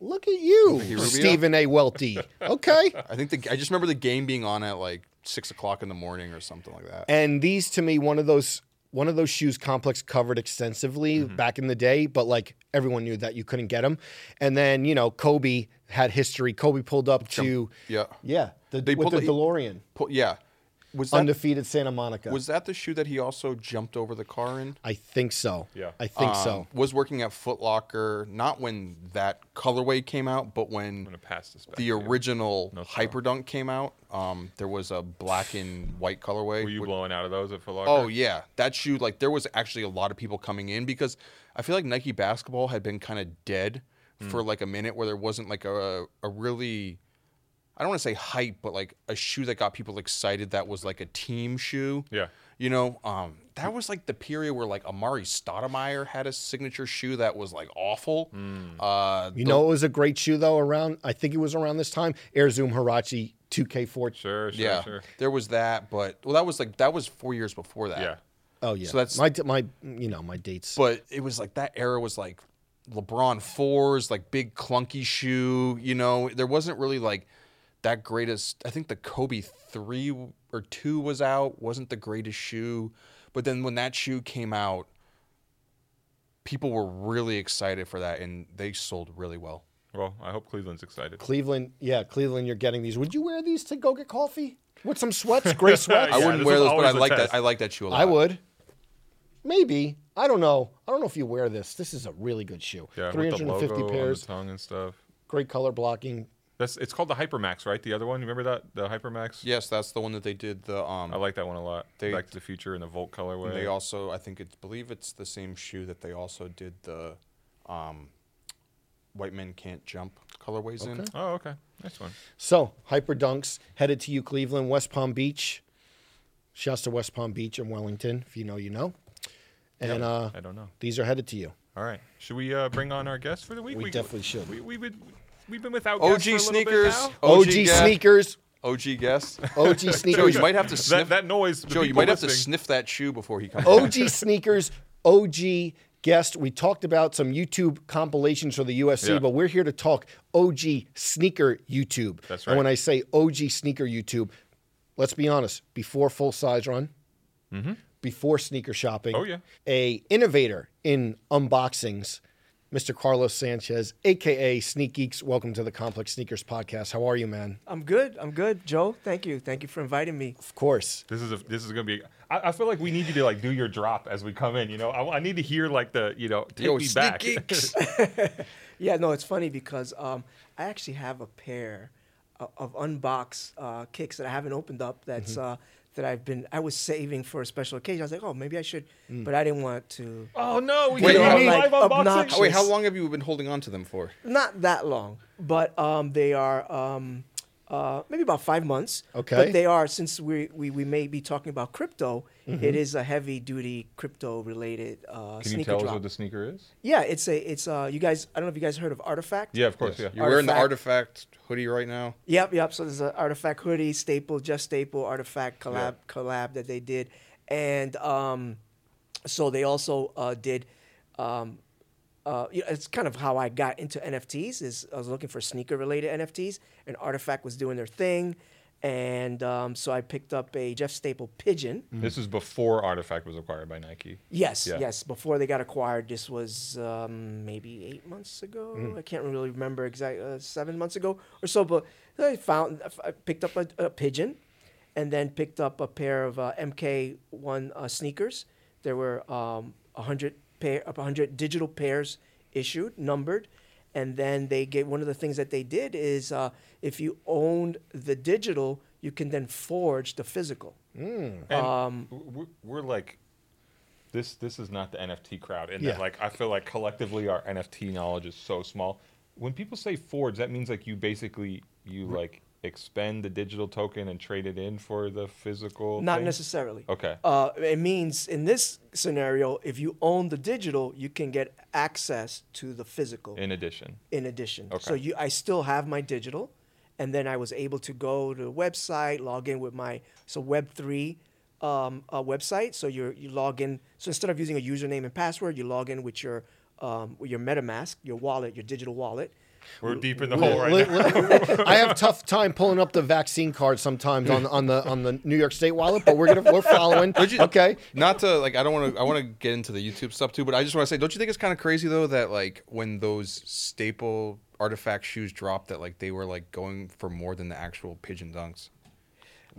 Look at you,
Ricky Rubio?
Stephen A. Welty. Okay.
I think the I just remember the game being on at like six o'clock in the morning or something like that.
And these to me, one of those one of those shoes complex covered extensively
Mm-hmm.
back in the day, but like everyone knew that you couldn't get them. And then, you know, Kobe had history. Kobe pulled up to
yeah,
yeah, the,
They
with
pulled
the
it-
DeLorean.
Pu- yeah. Was that
undefeated Santa Monica.
was that the shoe that he also jumped over the car in?
I think so.
Yeah.
I think
Um,
so.
Was working at Foot Locker not when that colorway came out, but when
gonna pass this back to
the
you.
original
No problem.
Hyperdunk came out. Um, there was a black and white colorway.
Were you
which-
blowing out of those at Foot Locker?
Oh yeah, that shoe. Like there was actually a lot of people coming in because I feel like Nike basketball had been kind of dead
Hmm.
for like a minute, where there wasn't like a a really, I don't want to say hype, but like a shoe that got people excited that was like a team shoe.
Yeah.
You know, um, that was like the period where like Amari Stoudemire had a signature shoe that was like awful.
Hmm.
Uh,
You know, it was a great shoe though. Around, I think it was around this time. Air Zoom Hirachi 2K4.
Sure, sure,
yeah,
sure.
there was that, but well, that was like that was four years before that.
Yeah.
Oh yeah.
So that's-
my my. You know my dates.
but it was like that era was like LeBron fours, like big clunky shoe. You know, there wasn't really like that greatest. I think the Kobe three or two was out, wasn't the greatest shoe. But then when that shoe came out, people were really excited for that, and they sold really well.
Well, I hope Cleveland's excited.
Cleveland, yeah, Cleveland. You're getting these. Would you wear these to go get coffee with some sweats, gray sweats?
(laughs) I
Yeah,
wouldn't
this
wear
is
those, but I
always a
like that.
test.
I like that shoe a lot.
I would. Maybe. I don't know. I don't know if you wear this. This is a really good shoe.
Yeah, with the
350
logo
pairs.
on the tongue and stuff.
Great color blocking.
That's it's called the Hypermax, right? The other one, you remember that the Hypermax?
Yes, that's the one that they did the um.
I like that one a lot.
They-
Back to the Future and the Volt colorway.
And they also, I think it's believe it's the same shoe that they also did the um, White Men Can't Jump colorways in.
Okay.
oh, okay, nice one.
So hyper dunks headed to you, Cleveland, West Palm Beach. Shouts to West Palm Beach and Wellington. If you know, you know. And uh,
I don't know.
these are headed to you.
All right, should we uh, bring on our guest for the week?
We definitely should.
We, we would. We've been without
OG
guests for a little bit
sneakers. Oh,
now.
OG,
guess-
sneakers.
OG guess.
OG
(laughs)
(laughs)
Joe,
sneakers.
you might have to sniff
That, that noise. the
Joe, you
people
might have to
listening-
sniff that shoe before he comes.
OG sneakers, OG guest. We talked about some YouTube compilations for the USC,
Yeah.
but we're here to talk OG sneaker YouTube.
That's
And when
right.
I say OG sneaker YouTube, let's be honest, before full size run, before sneaker shopping,
Mm-hmm. Oh, yeah.
a innovator in unboxings, Mr. Carlos Sanchez, aka Sneak Geeks. Welcome to the Complex Sneakers Podcast. How are you, man?
I'm good. I'm good, Joe. Thank you. Thank you for inviting me.
Of course.
This is a, this is gonna be. I, I feel like we need you to like do your drop as we come in. You know, I, I need to hear like the you know take
Yo,
me
sneak
back.
geeks.
Yeah, no, it's funny because um, I actually have a pair of, of unboxed uh, kicks that I haven't opened up. That's
Mm-hmm.
uh, that I've been. I was saving for a special occasion. I was like, oh, maybe I should,
Mm.
but I didn't want to.
(laughs) oh no, we
Wait,
got
you
a
mean,
live
like,
unboxing.
obnoxious-
Wait, how long have you been holding on to them for?
Not that long, but um, they are. Um, uh, maybe about five months.
Okay.
But they are, since we, we, we may be talking about crypto, it is a heavy duty crypto related uh,
Mm-hmm. Can
sneaker
you tell us
drop.
what the sneaker is?
Yeah, it's a it's uh you guys I don't know if you guys heard of Artifact.
Yeah, of course. Yeah.
You're wearing the artifact hoodie right now.
Yep, yep. So there's an Artifact hoodie, staple, just staple Artifact collab collab that they did, and um, so they also uh, did. Um, uh, you know, it's kind of how I got into NFTs. Is I was looking for sneaker related NFTs, and Artifact was doing their thing, and um, so I picked up a Jeff Staple pigeon.
This is before Artifact was acquired by Nike.
Yes,
Yeah.
yes. Before they got acquired, this was um, maybe eight months ago. I can't really remember exactly uh, seven months ago or so. But I found I picked up a, a pigeon, and then picked up a pair of uh, MK one uh, sneakers. There were um, hundred pair, a hundred digital pairs issued, numbered, and then they gave one of the things that they did is uh, if you owned the digital, you can then forge the physical.
And
Um,
we're, we're like, this this is not the NFT crowd, and
Yeah.
that like I feel like collectively our NFT knowledge is so small. When people say forge, that means like you basically you like expend the digital token and trade it in for the physical.
Not
thing?
necessarily.
Okay.
Uh, it means in this scenario, if you own the digital, you can get access to the physical in,
In addition,
addition. So
Okay.
you, I still have my digital, and then I was able to go to the website, log in with my so Web three um, uh, website. So you you log in. So instead of using a username and password, you log in with your um, with your MetaMask, your wallet, your digital wallet.
We're deep in the hole right
Li-
now.
li- I have tough time pulling up the vaccine card sometimes on, on the on the New York State wallet, but we're gonna we're following. okay,
Not to like, I don't want to. I want to get into the YouTube stuff too, but I just want to say, don't you think it's kind of crazy though that like when those staple artifact shoes dropped, that like they were like going for more than the actual pigeon dunks.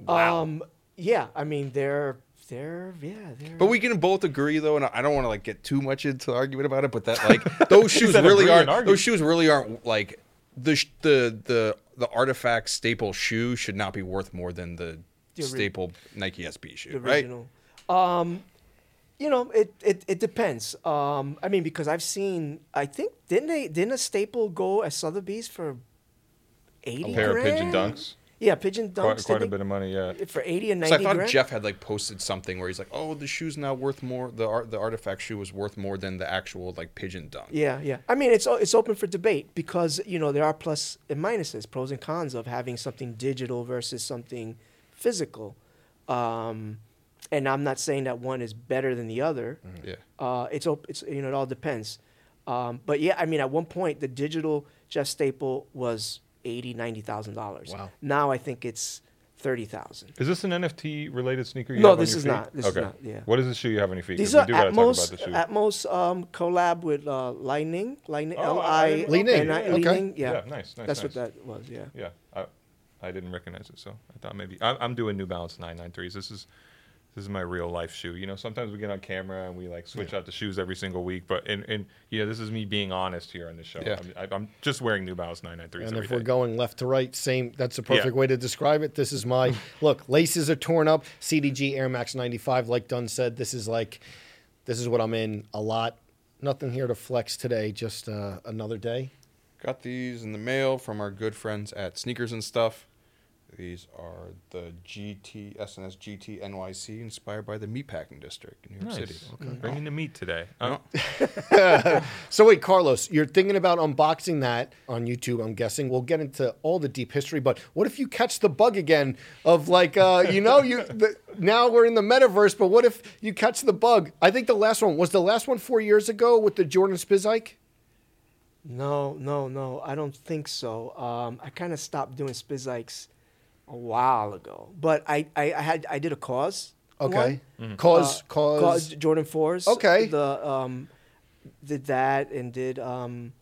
Um, yeah, I mean they're they're yeah they're.
But we can both agree though, and I I don't want to like get too much into the argument about it, but that like those shoes
said
really
agree
aren't.
and argue.
Those shoes really aren't like the sh- the the the artifact staple shoe should not be worth more than the.
The ori-
staple Nike SB shoe,
the
right?
original. Um, you know, it, it, it depends. Um, I mean, because I've seen, I think didn't they didn't a staple go at Sotheby's for eighty
A pair of pigeon
grand?
dunks.
Yeah, pigeon dunks.
Quite, quite a
didn't
bit of money, yeah.
they- for eighty and
So I
ninety
thought
grand.
Jeff had like posted something where he's like, "Oh, the shoe's now worth more. The art, the artifact shoe was worth more than the actual like pigeon dunk."
yeah, yeah. I mean, it's o- it's open for debate because you know there are plus and minuses, pros and cons of having something digital versus something physical. Um, and I'm not saying that one is better than the other.
Yeah.
Uh, it's op- it's you know it all depends. Um, but yeah, I mean at one point the digital Jeff Staple was eighty ninety thousand dollars.
Wow.
Now I think it's thirty thousand.
Is this an NFT related sneaker? You
No,
have on
this
your
is
feet?
not. This is not, yeah.
What is the shoe you have on your feet? 'Cause
These are
we do gotta talk about
Atmos
the shoe.
Atmos um, collab with uh, Lightning Lightning
Oh,
L
I- I
I
didn't know
Li Ning,
N I-
okay.
Li Ning,
Yeah,
yeah.
nice, nice,
That's
nice.
what that was. Yeah.
Yeah, I, I didn't recognize it, so I thought maybe I, I'm doing New Balance 993s. This is this is my real life shoe. You know, sometimes we get on camera and we like switch out the shoes every single week, but and and you know, this is me being honest here on the show.
Yeah.
I'm, I, I'm just wearing New Balance 993s.
And
every
if we're
day.
going left to right, same. That's the perfect
Yeah.
way to describe it. This is
(laughs)
my look. Laces are torn up. CDG Air Max 95. Like Dunn said, this is like, this is what I'm in a lot. Nothing here to flex today. Just uh, another day.
Got these in the mail from our good friends at Sneakers and Stuff. These are the GT SNS GT NYC, inspired by the Meatpacking District in New York
nice.
City.
Bringing the meat today. Uh,
So wait, Carlos, you're thinking about unboxing that on YouTube. I'm guessing we'll get into all the deep history. But what if you catch the bug again of like, uh, you know, you the, now we're in the metaverse. But what if you catch the bug? I think the last one was the last one four years ago with the Jordan Spizike.
No, no, no. I don't think so. Um, I kind of stopped doing Spizikes a while ago, but I, I, I had I did a cause.
Okay.
one.
Cause,
Uh,
cause,
cause Jordan fours.
Okay.
The um, did that and did um,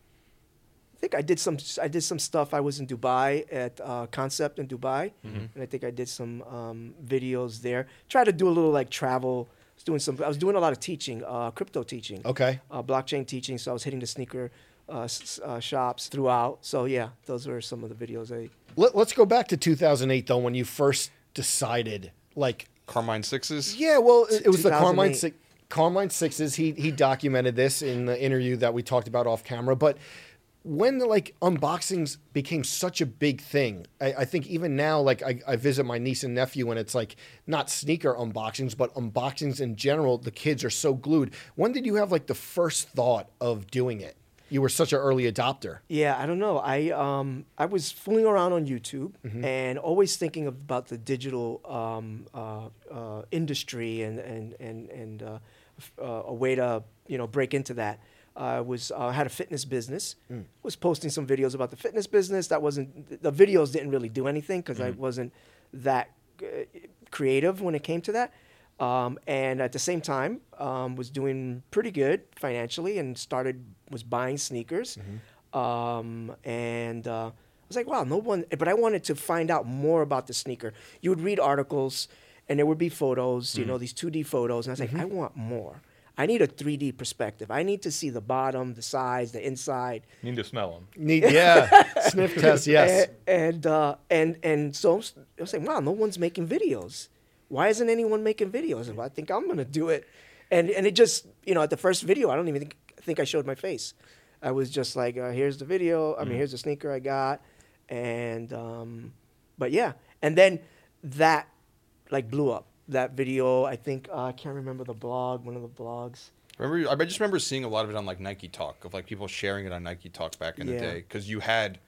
I think I did some I did some stuff. I was in Dubai at uh, Concept in Dubai, and I think I did some um, videos there. Tried to do a little like travel. I was doing some. I was doing a lot of teaching, uh, crypto teaching
Okay.
uh, blockchain teaching. So I was hitting the sneaker uh, s- uh, shops throughout. So yeah, those were some of the videos. I
Let, us go back to 2008 though, when you first decided, like,
Carmine Sixes.
yeah, well, it, it was the
2008.
Carmine Six. Carmine Sixes. He he documented this in the interview that we talked about off camera, but. When the like unboxings became such a big thing, I, I think even now, like I, I visit my niece and nephew, and it's like not sneaker unboxings, but unboxings in general. The kids are so glued. When did you have like the first thought of doing it? You were such an early adopter.
yeah, I don't know. I um I was fooling around on YouTube and always thinking about the digital um, uh, uh, industry and and and and uh, f- uh, a way to you know break into that. I was uh, had a fitness business. Was posting some videos about the fitness business. That wasn't the videos didn't really do anything because I wasn't that uh, creative when it came to that. um, and at the same time um, was doing pretty good financially and started was buying sneakers um, and uh, i was like wow no one but i wanted to find out more about the sneaker you would read articles and there would be photos you know these 2d photos and i was like i want more i need a 3d perspective i need to see the bottom the sides the inside
need to smell them.
Need, yeah, (laughs) sniff
(laughs)
test. Yes.
a- And uh, and and so I was- I was like, wow, no one's making videos. Why isn't anyone making videos? And I think I'm gonna do it. And and it just you know at the first video, I don't even think, think I showed my face. I was just like, uh, here's the video.
Mm-hmm.
I mean, here's the sneaker I got. And um, but yeah, and then that like blew up. That video, I think uh, I can't remember the blog, one of the blogs.
Remember, I just remember seeing a lot of it on like Nike Talk of like people sharing it on Nike Talk back in the
Yeah.
day because you had,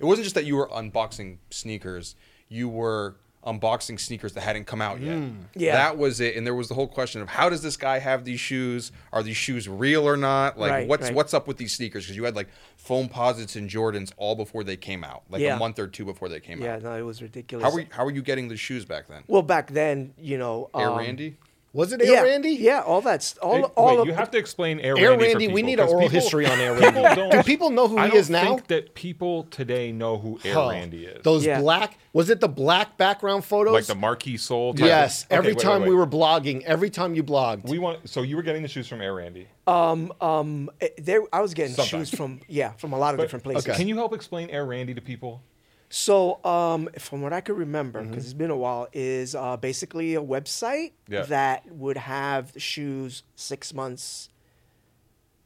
it wasn't just that you were unboxing sneakers, you were unboxing sneakers that hadn't come out yet.
Mm. Yeah.
That was it. And there was the whole question of how does this guy have these shoes? Are these shoes real or not? Like
Right,
what's
right.
what's up with these sneakers? Because you had like foam posits and Jordans all before they came out, like
Yeah.
a month or two before they came
Yeah,
out.
no, it was ridiculous.
How were you, how were you getting the shoes back then?
Well, back then, you know, um,
Air Randy?
Was it Air
Yeah,
Randy?
Yeah, all that's all.
Hey,
all
wait,
of,
you have to explain Air,
Air
Randy. for
Randy, we
people,
need an
'cause
oral
people-
history on Air
(laughs) people
Randy. Do
don't-
people know who
I
he
don't
is now?
think that people today know who Air
Huh.
Randy is.
Those
Yeah.
black was it the black background photos?
like the marquee soul. type
yes.
of- Okay,
every
wait, wait,
time we
wait.
were blogging, every time you blogged,
we want. So you were getting the shoes from Air Randy.
Uh,
um, eh, there, I was getting
Sometimes.
shoes from yeah, from a lot of different places.
okay.
Can you help explain Air Randy to people?
So, um, from what I could remember,
Mm-hmm.
because it's been a while, is uh, basically a website
Yeah.
that would have shoes six months.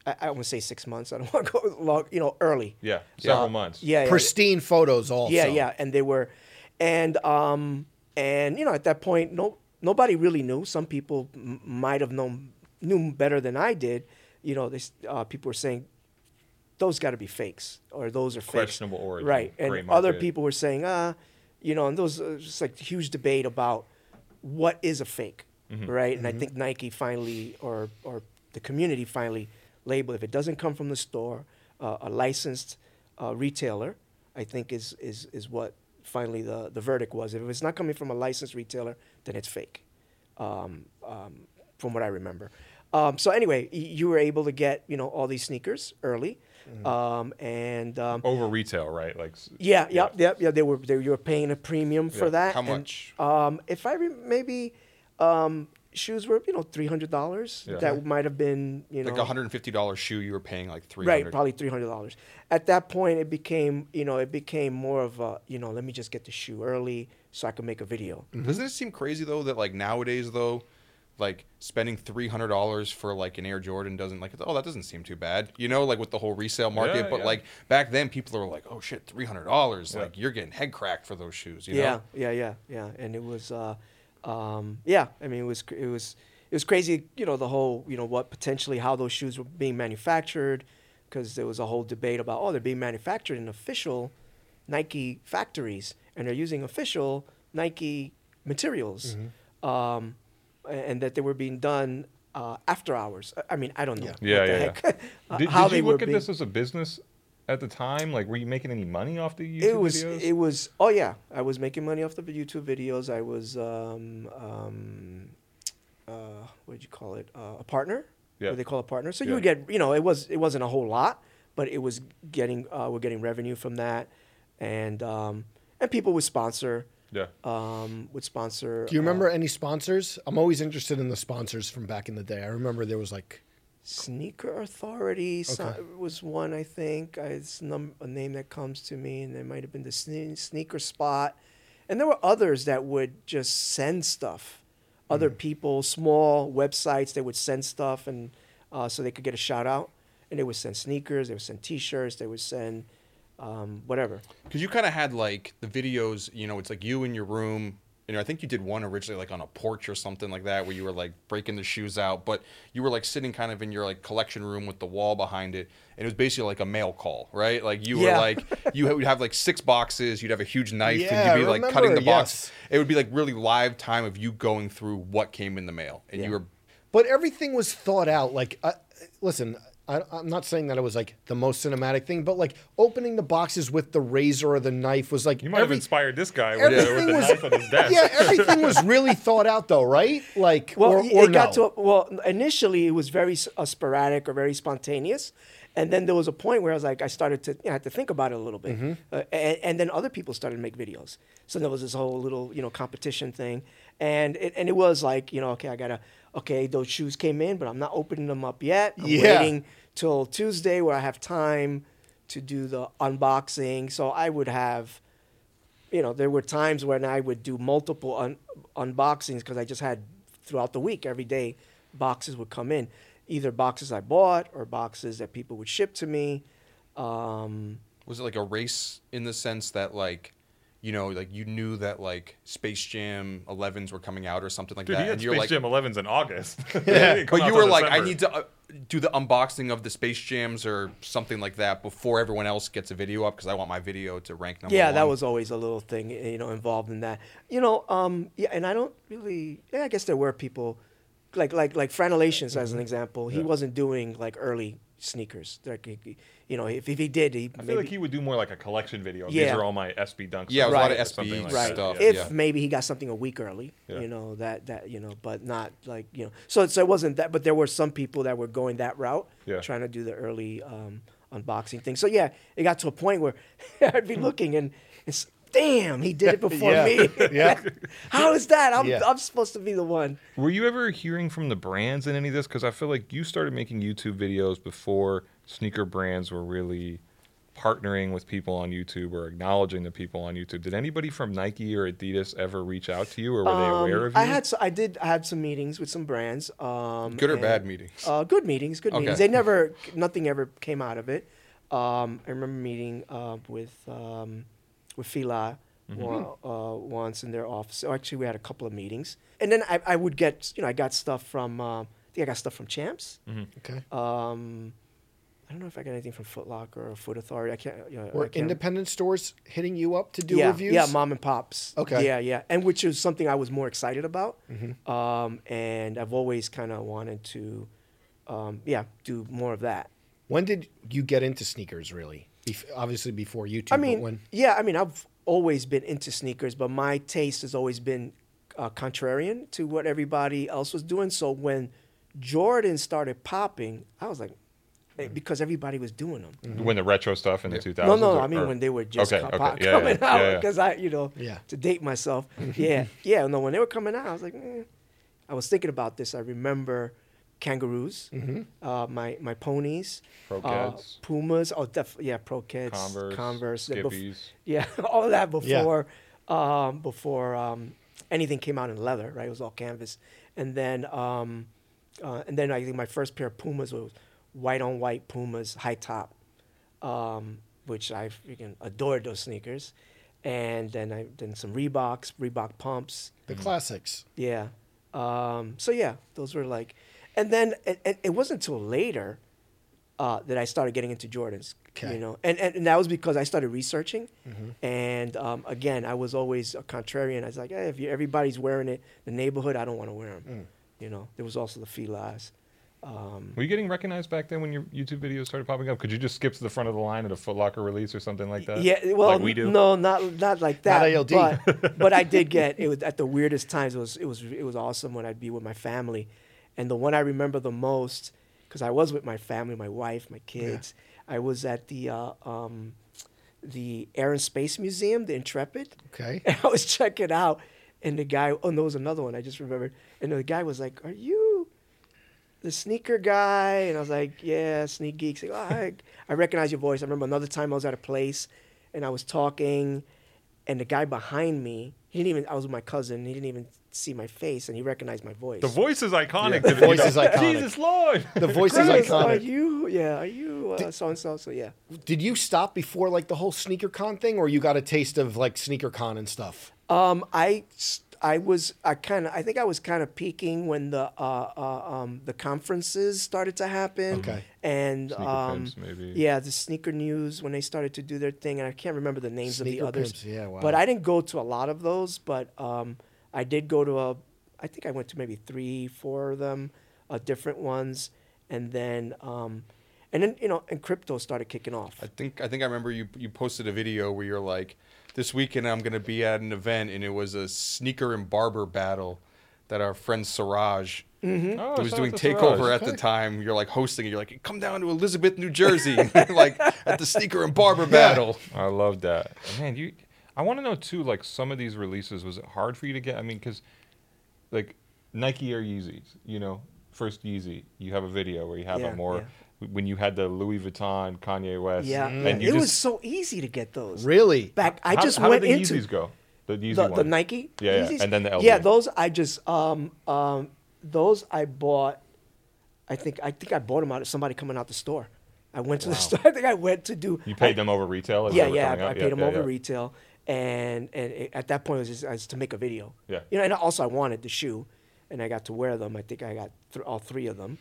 I, I want to say six months. I don't (laughs) want to go long, you know, early.
Yeah, several
Uh,
months.
Yeah, yeah,
pristine photos. Also,
yeah, yeah. And they were, and um, and you know, at that point, no, nobody really knew. Some people m- might have known knew better than I did. You know, this uh, people were saying those got to be fakes or those are fakes.
Questionable origin,
right?
gray
And
market.
other people were saying, ah, you know, and those uh, just like huge debate about what is a fake,
Mm-hmm.
right? And I think Nike finally, or or the community finally, labeled if it doesn't come from the store, uh, a licensed uh, retailer, I think is is is what finally the the verdict was. If it's not coming from a licensed retailer, then it's fake um, um, from what I remember. Um, so anyway, y- you were able to get you know all these sneakers early,
Mm-hmm.
um, and um,
Oh,
Over retail, right? Like. s-
yeah, yep, yep, yeah. They were they, you were paying a premium for
Yeah.
that.
How
and,
much?
um, if I re- maybe um, shoes were you know three hundred dollars.
Yeah.
That might have been you know
Like a hundred and fifty dollar shoe you were paying like three
right
hundred.
probably three hundred dollars. At that point, it became you know it became more of a you know let me just get the shoe early so I can make a video.
Mm-hmm.
Doesn't it seem crazy though that like nowadays though, like spending three hundred dollars for like an Air Jordan doesn't like oh that doesn't seem too bad you know like with the whole resale market
Yeah,
but
yeah.
like back then people were like oh shit three hundred dollars
Yeah.
like you're getting head cracked for those shoes you
yeah,
know
yeah, yeah, yeah. And it was, uh, um, yeah. I mean, it was, cr- it was, it was crazy. You know, the whole, you know, what potentially how those shoes were being manufactured, because there was a whole debate about, oh, they're being manufactured in official Nike factories, and they're using official Nike materials,
Mm-hmm.
um, a- and that they were being done uh, after hours. I- I mean, I don't know.
Yeah,
what the
yeah,
heck, (laughs) uh,
Did,
how
did
they
you
were
look at
being-
this as a business at the time? Like, were you making any money off the YouTube
it was
videos?
it was oh yeah i was making money off the youtube videos i was um um uh what did you call it uh, a partner
Yeah.
what they call a partner so you
Yeah.
would get you know it was it wasn't a whole lot but it was getting uh, we're getting revenue from that and um and people would sponsor
yeah.
um would sponsor
Do you
uh,
remember any sponsors? I'm always interested in the sponsors from back in the day. I remember there was like
Sneaker Authority so- was one, I think. I, it's num- a name that comes to me, and there might have been the sne- Sneaker Spot. And there were others that would just send stuff. Other people, small websites, they would send stuff, and uh, so they could get a shout out. And they would send sneakers, they would send T-shirts, they would send um, whatever.
because you kind of had like the videos you know it's like you in your room you know I think you did one originally like on a porch or something like that where you were like breaking the shoes out but you were like sitting kind of in your like collection room with the wall behind it and it was basically like a mail call right like you
Yeah.
were like you would have like six boxes you'd have a huge knife
Yeah,
and you'd be like
remember,
cutting the box
yes.
it would be like really live time of you going through what came in the mail and you
Yeah.
were
But everything was thought out. Like, I listen, I, I'm not saying that it was like the most cinematic thing, but like opening the boxes with the razor or the knife was like
You might have
every-
inspired this guy with, the, with
Everything
the
was
knife on his desk.
(laughs) yeah, everything was really thought out though, right? Like,
Well,
or,
y-
or
it got to
no.
a, well initially it was very s- uh, sporadic or very spontaneous, and then there was a point where I was like I started to you know, I had to think about it a little bit,
Mm-hmm.
uh, and, and then other people started to make videos. So there was this whole little you know competition thing, and it, and it was like you know okay I gotta okay those shoes came in but I'm not opening them up yet. I'm
Yeah.
waiting till Tuesday where I have time to do the unboxing. So I would have you know, there were times when I would do multiple un- unboxings because I just had throughout the week, every day, boxes would come in, either boxes I bought or boxes that people would ship to me. Um,
was it like a race in the sense that like you know like you knew that like space jam 11s were coming out or something like
Dude,
that
he had
and
Space
you're like
Jam 11s in August. (laughs)
but you were like i need to uh, do the unboxing of the Space Jams or something like that before everyone else gets a video up because I want my video to rank number
yeah,
one.
that was always a little thing, eh, you know, involved in that. You know, um, yeah, and I don't really. Yeah, I guess there were people, like like like Franelations as an example. He wasn't doing like early sneakers. Like, he- he- you know, if, if he did, he
I
maybe
feel like he would do more like a collection video. These
Yeah.
are all my SB dunks.
Yeah, it was
a lot
or
of
something
SB
like that,
right.
stuff,
yeah.
If
yeah.
maybe he got something a week early,
Yeah.
you know that that you know, but not like you know. So so it wasn't that, but there were some people that were going that route,
Yeah.
trying to do the early um, unboxing thing. So yeah, it got to a point where (laughs) I'd be looking and it's damn, he did it before
Yeah.
me.
(laughs) Yeah.
(laughs) How is that? I'm
Yeah.
I'm supposed to be the one.
Were you ever hearing from the brands in any of this? Because I feel like you started making YouTube videos before sneaker brands were really partnering with people on YouTube or acknowledging the people on YouTube. Did anybody from Nike or Adidas ever reach out to you, or were they
Um,
aware of you?
I had so, I did I had some meetings with some brands. Um,
Good or
and-
bad meetings?
Uh, good meetings, good
Okay.
meetings. They never nothing ever came out of it. Um, I remember meeting uh, with um, with Fila wa-
Mm-hmm.
uh, once in their office. Oh, actually, we had a couple of meetings, and then I, I would get you know I got stuff from uh, I think I got stuff from Champs.
Mm-hmm.
Okay.
Um, I don't know if I got anything from Foot Locker or Foot Authority. I can't. You know, I
Were
can't-
independent stores hitting you up to do
yeah,
reviews?
Yeah, mom and pops.
Okay. Mm-hmm.
Yeah, yeah, and which is something I was more excited about, um, and I've always kind of wanted to, um, yeah, do more of that.
When did you get into sneakers? Really? Bef- obviously before YouTube.
I
but
mean,
when?
yeah, I mean, I've always been into sneakers, but my taste has always been uh, contrarian to what everybody else was doing. So when Jordan started popping, I was like, eh,
Mm-hmm.
because everybody was doing them.
when the retro stuff in the 2000s?
No, no,
or-
I mean
or-
when they were just
Okay,
co-
okay,
po-
yeah, yeah,
coming
yeah,
out
yeah.
because I, you know,
Yeah.
to date myself. Yeah, yeah. No, when they were coming out, I was like, eh. I was thinking about this. I remember kangaroos, uh, my my ponies,
Pro
uh,
Keds.
pumas. Oh, def- yeah, pro kids,
Converse,
Converse, yeah, bef-
Skippies.
yeah, (laughs) all of that before um, before um, anything came out in leather, right? It was all canvas, and then um, uh, and then I think my first pair of Pumas was white on white Pumas high top, um, which I freaking adored those sneakers, and then I then some Reeboks, Reebok pumps,
The classics.
yeah. Um, so yeah, those were like, and then it, it, it wasn't until later uh, that I started getting into Jordans.
Okay.
You know, and, and and that was because I started researching, and um, again, I was always a contrarian. I was like, hey, if you, everybody's wearing it, the neighborhood, I don't want to wear them. You know, there was also the Fila's. Um,
Were you getting recognized back then when your YouTube videos started popping up? Could you just skip to the front of the line at a Foot Locker release or something like that?
yeah, well,
like we do.
no, not not like that.
Not ALD. (laughs)
But, but I did get it was at the weirdest times. It was it was it was awesome when I'd be with my family, and the one I remember the most because I was with my family, my wife, my kids. I was at the uh, um, the Air and Space Museum, the Intrepid.
Okay.
And (laughs) I was checking out, and the guy. Oh, and there was another one I just remembered. And the guy was like, "Are you?" the sneaker guy, and I was like, yeah, sneak geeks. Like, "Oh, I, I recognize your voice. I remember another time I was at a place, and I was talking, and the guy behind me, he didn't even. I was with my cousin. He didn't even see my face, and he recognized my voice.
The voice is iconic.
The
to me.
voice
(laughs)
is iconic.
Jesus Lord.
(laughs) The voice is
Chris, Are
iconic.
you? Yeah, are you uh, so and so? So yeah.
Did you stop before like the whole sneaker con thing, or you got a taste of like sneaker con and stuff?
Um, I s- I was I kind of I think I was kind of peaking when the uh, uh um the conferences started to happen.
Okay.
And
Sneaker
um
Pimps, maybe.
yeah, the sneaker news when they started to do their thing, and I can't remember the names
Sneaker
of the others.
Pimps, yeah, wow.
But I didn't go to a lot of those, but um I did go to a I think I went to maybe three four of them, uh, different ones, and then um and then you know and crypto started kicking off.
I think I think I remember you you posted a video where you're like, this weekend I'm gonna be at an event and it was a sneaker and barber battle that our friend Siraj
(laughs)
Mm-hmm.
Oh,
who was
shout
doing
out to
takeover
Siraj.
at the time. You're like hosting it. You're like, come down to Elizabeth, New Jersey, (laughs) like at the sneaker and barber battle.
I love that. Man, you. I want to know too. Like some of these releases, was it hard for you to get? I mean, because like Nike Air Yeezys, you know, first Yeezy, you have a video where you have
Yeah,
it more. When you had the Louis Vuitton, Kanye West,
yeah,
Mm.
Mm.
and
it
you
was
just
so easy to get those.
Really?
Back, I
how,
just
how
went
did the
into
Yeezys go. The Yeezy
the,
one,
the Nike.
Yeah, yeah,
Yeezys?
and then the LV.
Yeah, those I just um um those I bought. I think I think I bought them out of somebody coming out the store. I went to the store. (laughs) I think I went to do.
You
I-
paid them over retail. As
yeah,
they were
yeah,
coming
I,
out?
I paid them
yeah,
over
yeah.
retail, and and it, at that point it was just, it was to make a video.
Yeah.
You know, and also I wanted the shoe, and I got to wear them. I think I got th- all three of them,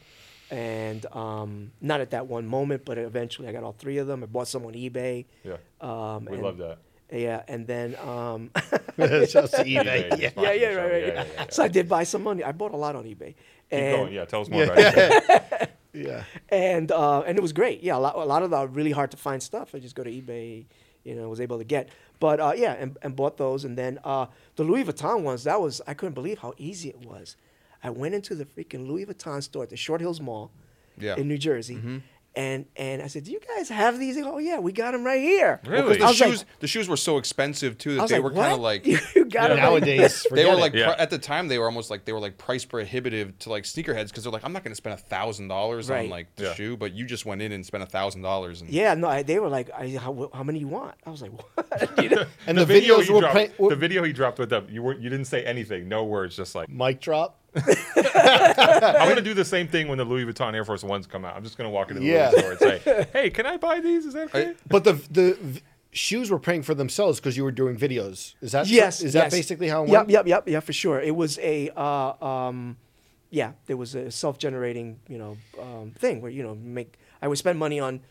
and um, not at that one moment, but eventually I got all three of them. I bought some on eBay.
Yeah.
Um,
we
and-
love that.
Yeah, and then um,
(laughs)
(laughs)
Just
eBay,
eBay. Yeah.
just
yeah,
watching
yeah,
the show.
right, right.
Yeah,
Yeah,
yeah, yeah.
So I did buy some money. I bought a lot on eBay.
Keep
And,
going. Yeah, tell us more about it.
Yeah.
and uh, and it was great. Yeah, a lot, a lot of the really hard to find stuff. I just go to eBay, you know, was able to get. But uh, yeah, and, and bought those. And then uh, the Louis Vuitton ones. That was I couldn't believe how easy it was. I went into the freaking Louis Vuitton store at the Short Hills Mall,
Yeah.
in New Jersey. And, and I said, do you guys have these? They go, oh yeah, we got them right here.
Really?
Because
I
the
was like-
shoes, the shoes were so expensive too
I
that
was
they
like,
were kind of
"What?
like
(laughs) you got 'em right
Nowadays,
they
forget
were
it.
like
Yeah.
pri- at the time they were almost like they were like price prohibitive to like sneakerheads because they're like I'm not going to spend a thousand dollars on
Right.
like the
Yeah.
shoe, but you just went in and spent a thousand dollars. and
Yeah, no, I, they were like, I, how, how many you want? I was like, (laughs) what? You know?
and the,
video
videos
he
were,
dropped,
play- were
the video he dropped with them. You weren't. You didn't say anything. No words. Just like
mic drop.
I'm gonna do the same thing when the Louis Vuitton Air Force Ones come out. I'm just gonna walk into the
Yeah.
Louis store and
(laughs)
say, "Hey, can I buy these? Is that okay?"
But the the v- shoes were paying for themselves because you were doing videos. Is that
yes.
Is that
yes.
basically how it
Yep,
went?
yep, yep, yeah, for sure. It was a, uh, um, yeah, there was a self-generating, you know, um, thing where you know make I would spend money on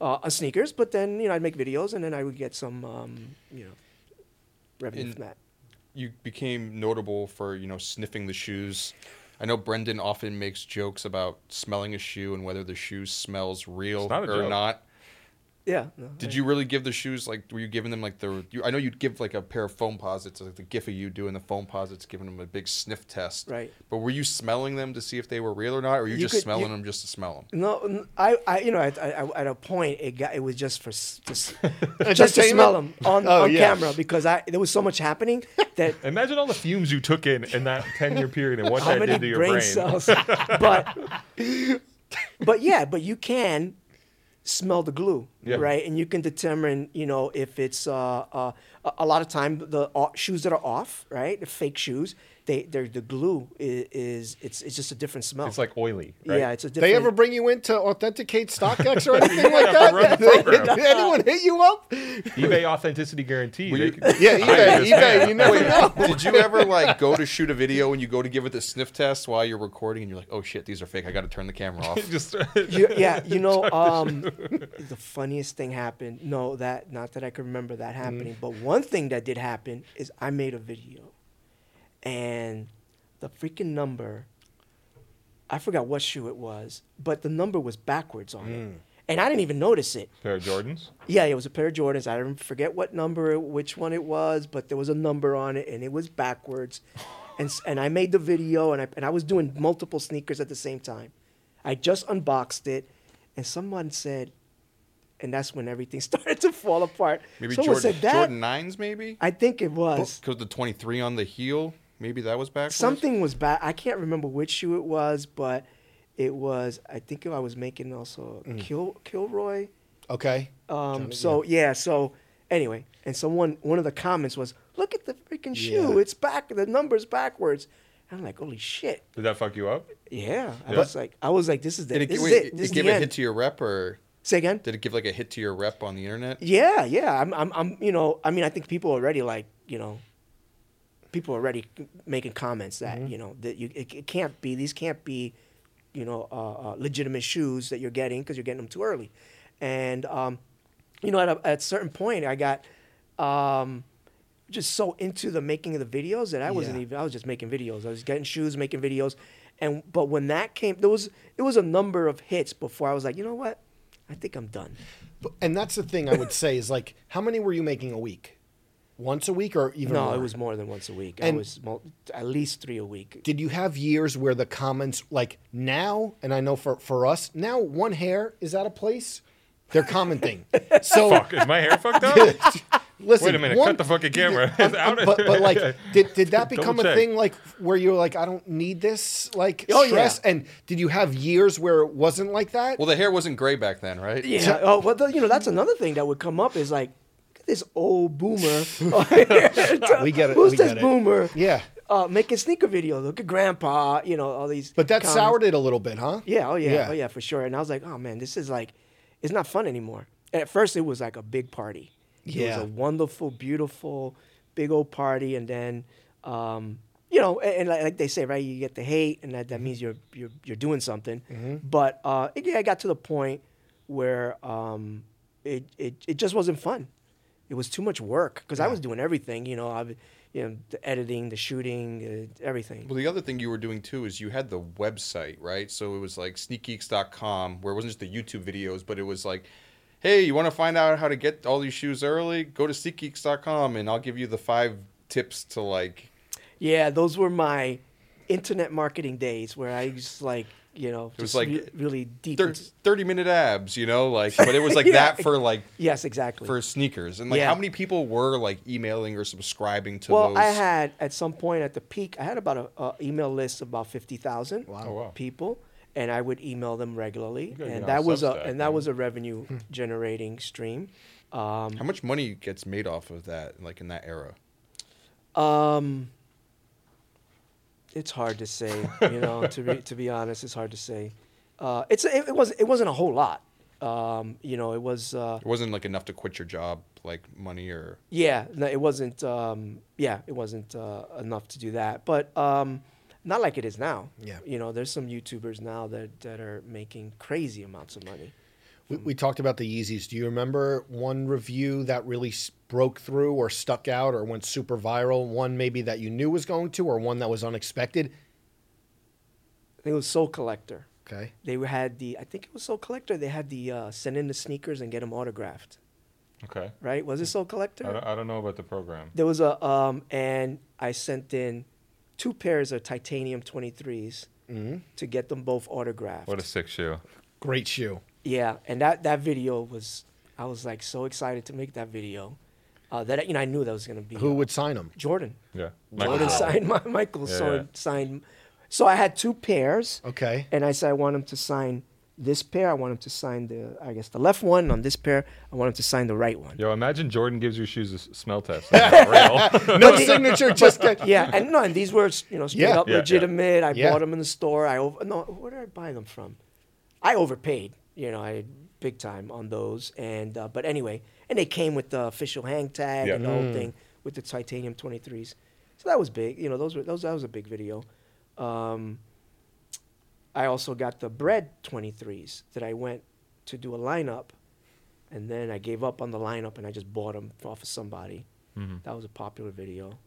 uh, on sneakers, but then you know I'd make videos and then I would get some, um, you know, revenue
In-
from that.
you became notable for you know sniffing the shoes. I know Brendan often makes jokes about smelling a shoe and whether the shoe smells real
It's not a
or
joke.
not.
Yeah. no,
Did
I-
you really give the shoes like were you giving them like the you, I know you'd give like a pair of foam posits like the gif of you doing the foam posits giving them a big sniff test.
Right.
But were you smelling them to see if they were real or not or were you,
You
just
could- you-
smelling them just to smell them?
No, n- I, I, you know, at, I, I- at a point, it got, it was just for, s- to
(laughs)
s- just to
Entertainment?
smell them on,
Oh,
on
yeah.
camera because I there was so much happening that
Imagine all the fumes you took in in that 10 year period and what
how
that
many
did to your
brain,
brain.
cells? (laughs) but, but yeah, but you can smell the glue,
Yeah.
right? And you can determine, you know, if it's uh, uh, a- a lot of time the o shoes that are off, right, the fake shoes, they they're the glue is, is it's it's just a different smell.
It's like oily. Right?
yeah, it's a different.
They ever bring you in to
(laughs)
authenticate StockX or anything like
Yeah,
that?
for running the program.
Did anyone hit you up?
eBay authenticity guarantee.
Were
They
you-
could- (laughs)
(laughs)
(laughs) Yeah, eBay, eBay. You never know.
Did you ever like go to shoot a video and you go to give it the sniff test while you're recording and you're like, oh shit, these are fake. I got to turn the camera off.
(laughs)
just (laughs)
You- yeah, you know, um, (laughs) the funniest thing happened. No, that not that I can remember that happening, but one thing that did happen is I made a video, and the freaking number. I forgot what shoe it was, but the number was backwards on it, and I didn't even notice it.
pair of Jordans.
Yeah, it was a pair of Jordans. I don't forget what number, which one it was, but there was a number on it, and it was backwards. And s- and I made the video, and I and I was doing multiple sneakers at the same time. I just unboxed it, and someone said, and that's when everything (laughs) started to fall apart.
Maybe
someone
Jordan,
said that.
Jordan 9s maybe?
I think it was
Because the 23 on the heel, maybe that was backwards.
something was bad. I can't remember which shoe it was, but it was. I think I was making also
Mm.
Kil, Kilroy.
(laughs) Okay.
Um, so yeah. so anyway, and someone one of the comments was, "Look at the freaking shoe.
Yeah.
It's back. The numbers backwards." And I'm like, "Holy shit!"
Did that fuck you up?
Yeah, I
Yeah.
was like, "I was like, this is the
Did it,
this
wait,
is
it
it. This is
give
the
a
end."
hit to your rep or
Say again.
did it give like a hit to your rep on the internet?
Yeah, yeah. I'm, I'm, I'm, you know, I mean, I think people already like, you know, people already making comments that, you know, that you, it, it can't be, these can't be, you know, uh, uh, legitimate shoes that you're getting because you're getting them too early. And, um, you know, at a, at a certain point, I got um, just so into the making of the videos that I wasn't
Yeah.
even, I was just making videos. I was getting shoes, making videos. And, but when that came, there was, it was a number of hits before I was like, you know what? I think I'm done.
But- And that's the thing I would say is like, how many were you making a week? Once a week or even
No,
more?
it was more than once a week.
And-
I was mul- at least three a week.
Did you have years where the comments like now? And I know for for us now, one hair is out of place. They're
(laughs)
commenting. So
Fuck, is my hair fucked up?
(laughs) listen.
Wait a minute,
one-
cut the fucking camera. (laughs) It's out of-
but but like
(laughs)
did, did that
Double
become a
check.
thing like where you're like I don't need this like
Oh, yeah.
stress and did you have years where it wasn't like that?
(laughs)
Well, the hair wasn't gray back then, right?
Yeah. oh, well, the, you know, that's another thing that would come up is like, look at this
(laughs)
old boomer. (laughs) we
We get it,
Who's
we
this
get it.
boomer?
yeah,
Uh, making sneaker videos. Look at grandpa. You know, all these.
but that
comments.
soured it a little bit, huh?
Yeah. Oh, yeah,
Yeah.
Oh, yeah, for sure. And I was like, oh, man, this is like, it's not fun anymore. And at first, it was like a big party. It
Yeah.
was a wonderful, beautiful, big old party. And then, um, you know, and, and like, like they say, right? You get the hate, and that, that
Mm-hmm.
means you're you're you're doing something. But uh, it, yeah, I got to the point where um, it, it it just wasn't fun. It was too much work because I was doing everything. You know, I, w- you know, the editing, the shooting, uh, everything.
Well, the other thing you were doing too is you had the website, right? So it was like sneakgeeks.com, where it wasn't just the YouTube videos, but it was like, hey, you want to find out how to get all these shoes early? Go to sneakgeeks.com and I'll give you the five tips to like.
Yeah, those were my internet marketing days where I just like you know
was
just
like
re- really deep.
thir-
into-
30 minute abs, you know, like, but it
(laughs)
was like
Yeah.
that for like
yes, exactly.
for sneakers. And like,
Yeah.
how many people were like emailing or subscribing to
well,
those?
I had at some point at the peak, I had about a, a email list of about fifty thousand
Oh, wow.
people, and I would email them regularly,
gotta
and
get on
that was a
Substack,
and that
man.
was a revenue generating stream.
(laughs)
Um,
how much money gets made off of that, like in that era?
um, it's hard to say, you know. to be to be honest, it's hard to say. Uh, it's it, it was it wasn't a whole lot. Um, you know, it was. Uh,
It wasn't like enough to quit your job, like money or.
Yeah, no, it wasn't. Um, yeah, it wasn't uh, enough to do that, but um, not like it is now.
Yeah.
you know, there's some YouTubers now that that are making crazy amounts of money.
We, we talked about the Yeezys. Do you remember one review that really s- broke through or stuck out or went super viral? One maybe that you knew was going to or one that was unexpected?
I think it was Soul Collector.
Okay.
They had the. I think it was Soul Collector. They had the uh, send in the sneakers and get them autographed.
Okay.
Right? Was it Soul Collector?
I don't, I don't know about the program.
There was a um, and I sent in two pairs of titanium 23s to get them both autographed.
What a sick shoe.
Great shoe.
Yeah, and that that video was I was like so excited to make that video. Uh, that you know I knew that was gonna be
Who
uh,
would sign them?
Jordan.
Yeah.
Jordan
Jordan.
signed my Michael
Yeah,
so
yeah.
signed so I had two pairs. (laughs)
Okay.
And I said I want him to sign this pair, I want him to sign the I guess the left one on this pair, I want him to sign the right one.
Yo, imagine Jordan gives your shoes a s- smell
(laughs)
test. (laughs) That's real.
No signature, just get.
Yeah, and no, and these were you know straight
Yeah.
up
Yeah, yeah.
legitimate. I
Yeah.
bought them in the store. I over no, where did I buy them from? I overpaid. You know, I big time on those. And uh, but anyway, and they came with the official hang tag
Yeah.
and the whole thing with the titanium 23s. So that was big. You know, those were those that was a big video. Um, I also got the bread 23s that I went to do a lineup, and then I gave up on the lineup and I just bought them off of somebody. That was a popular video.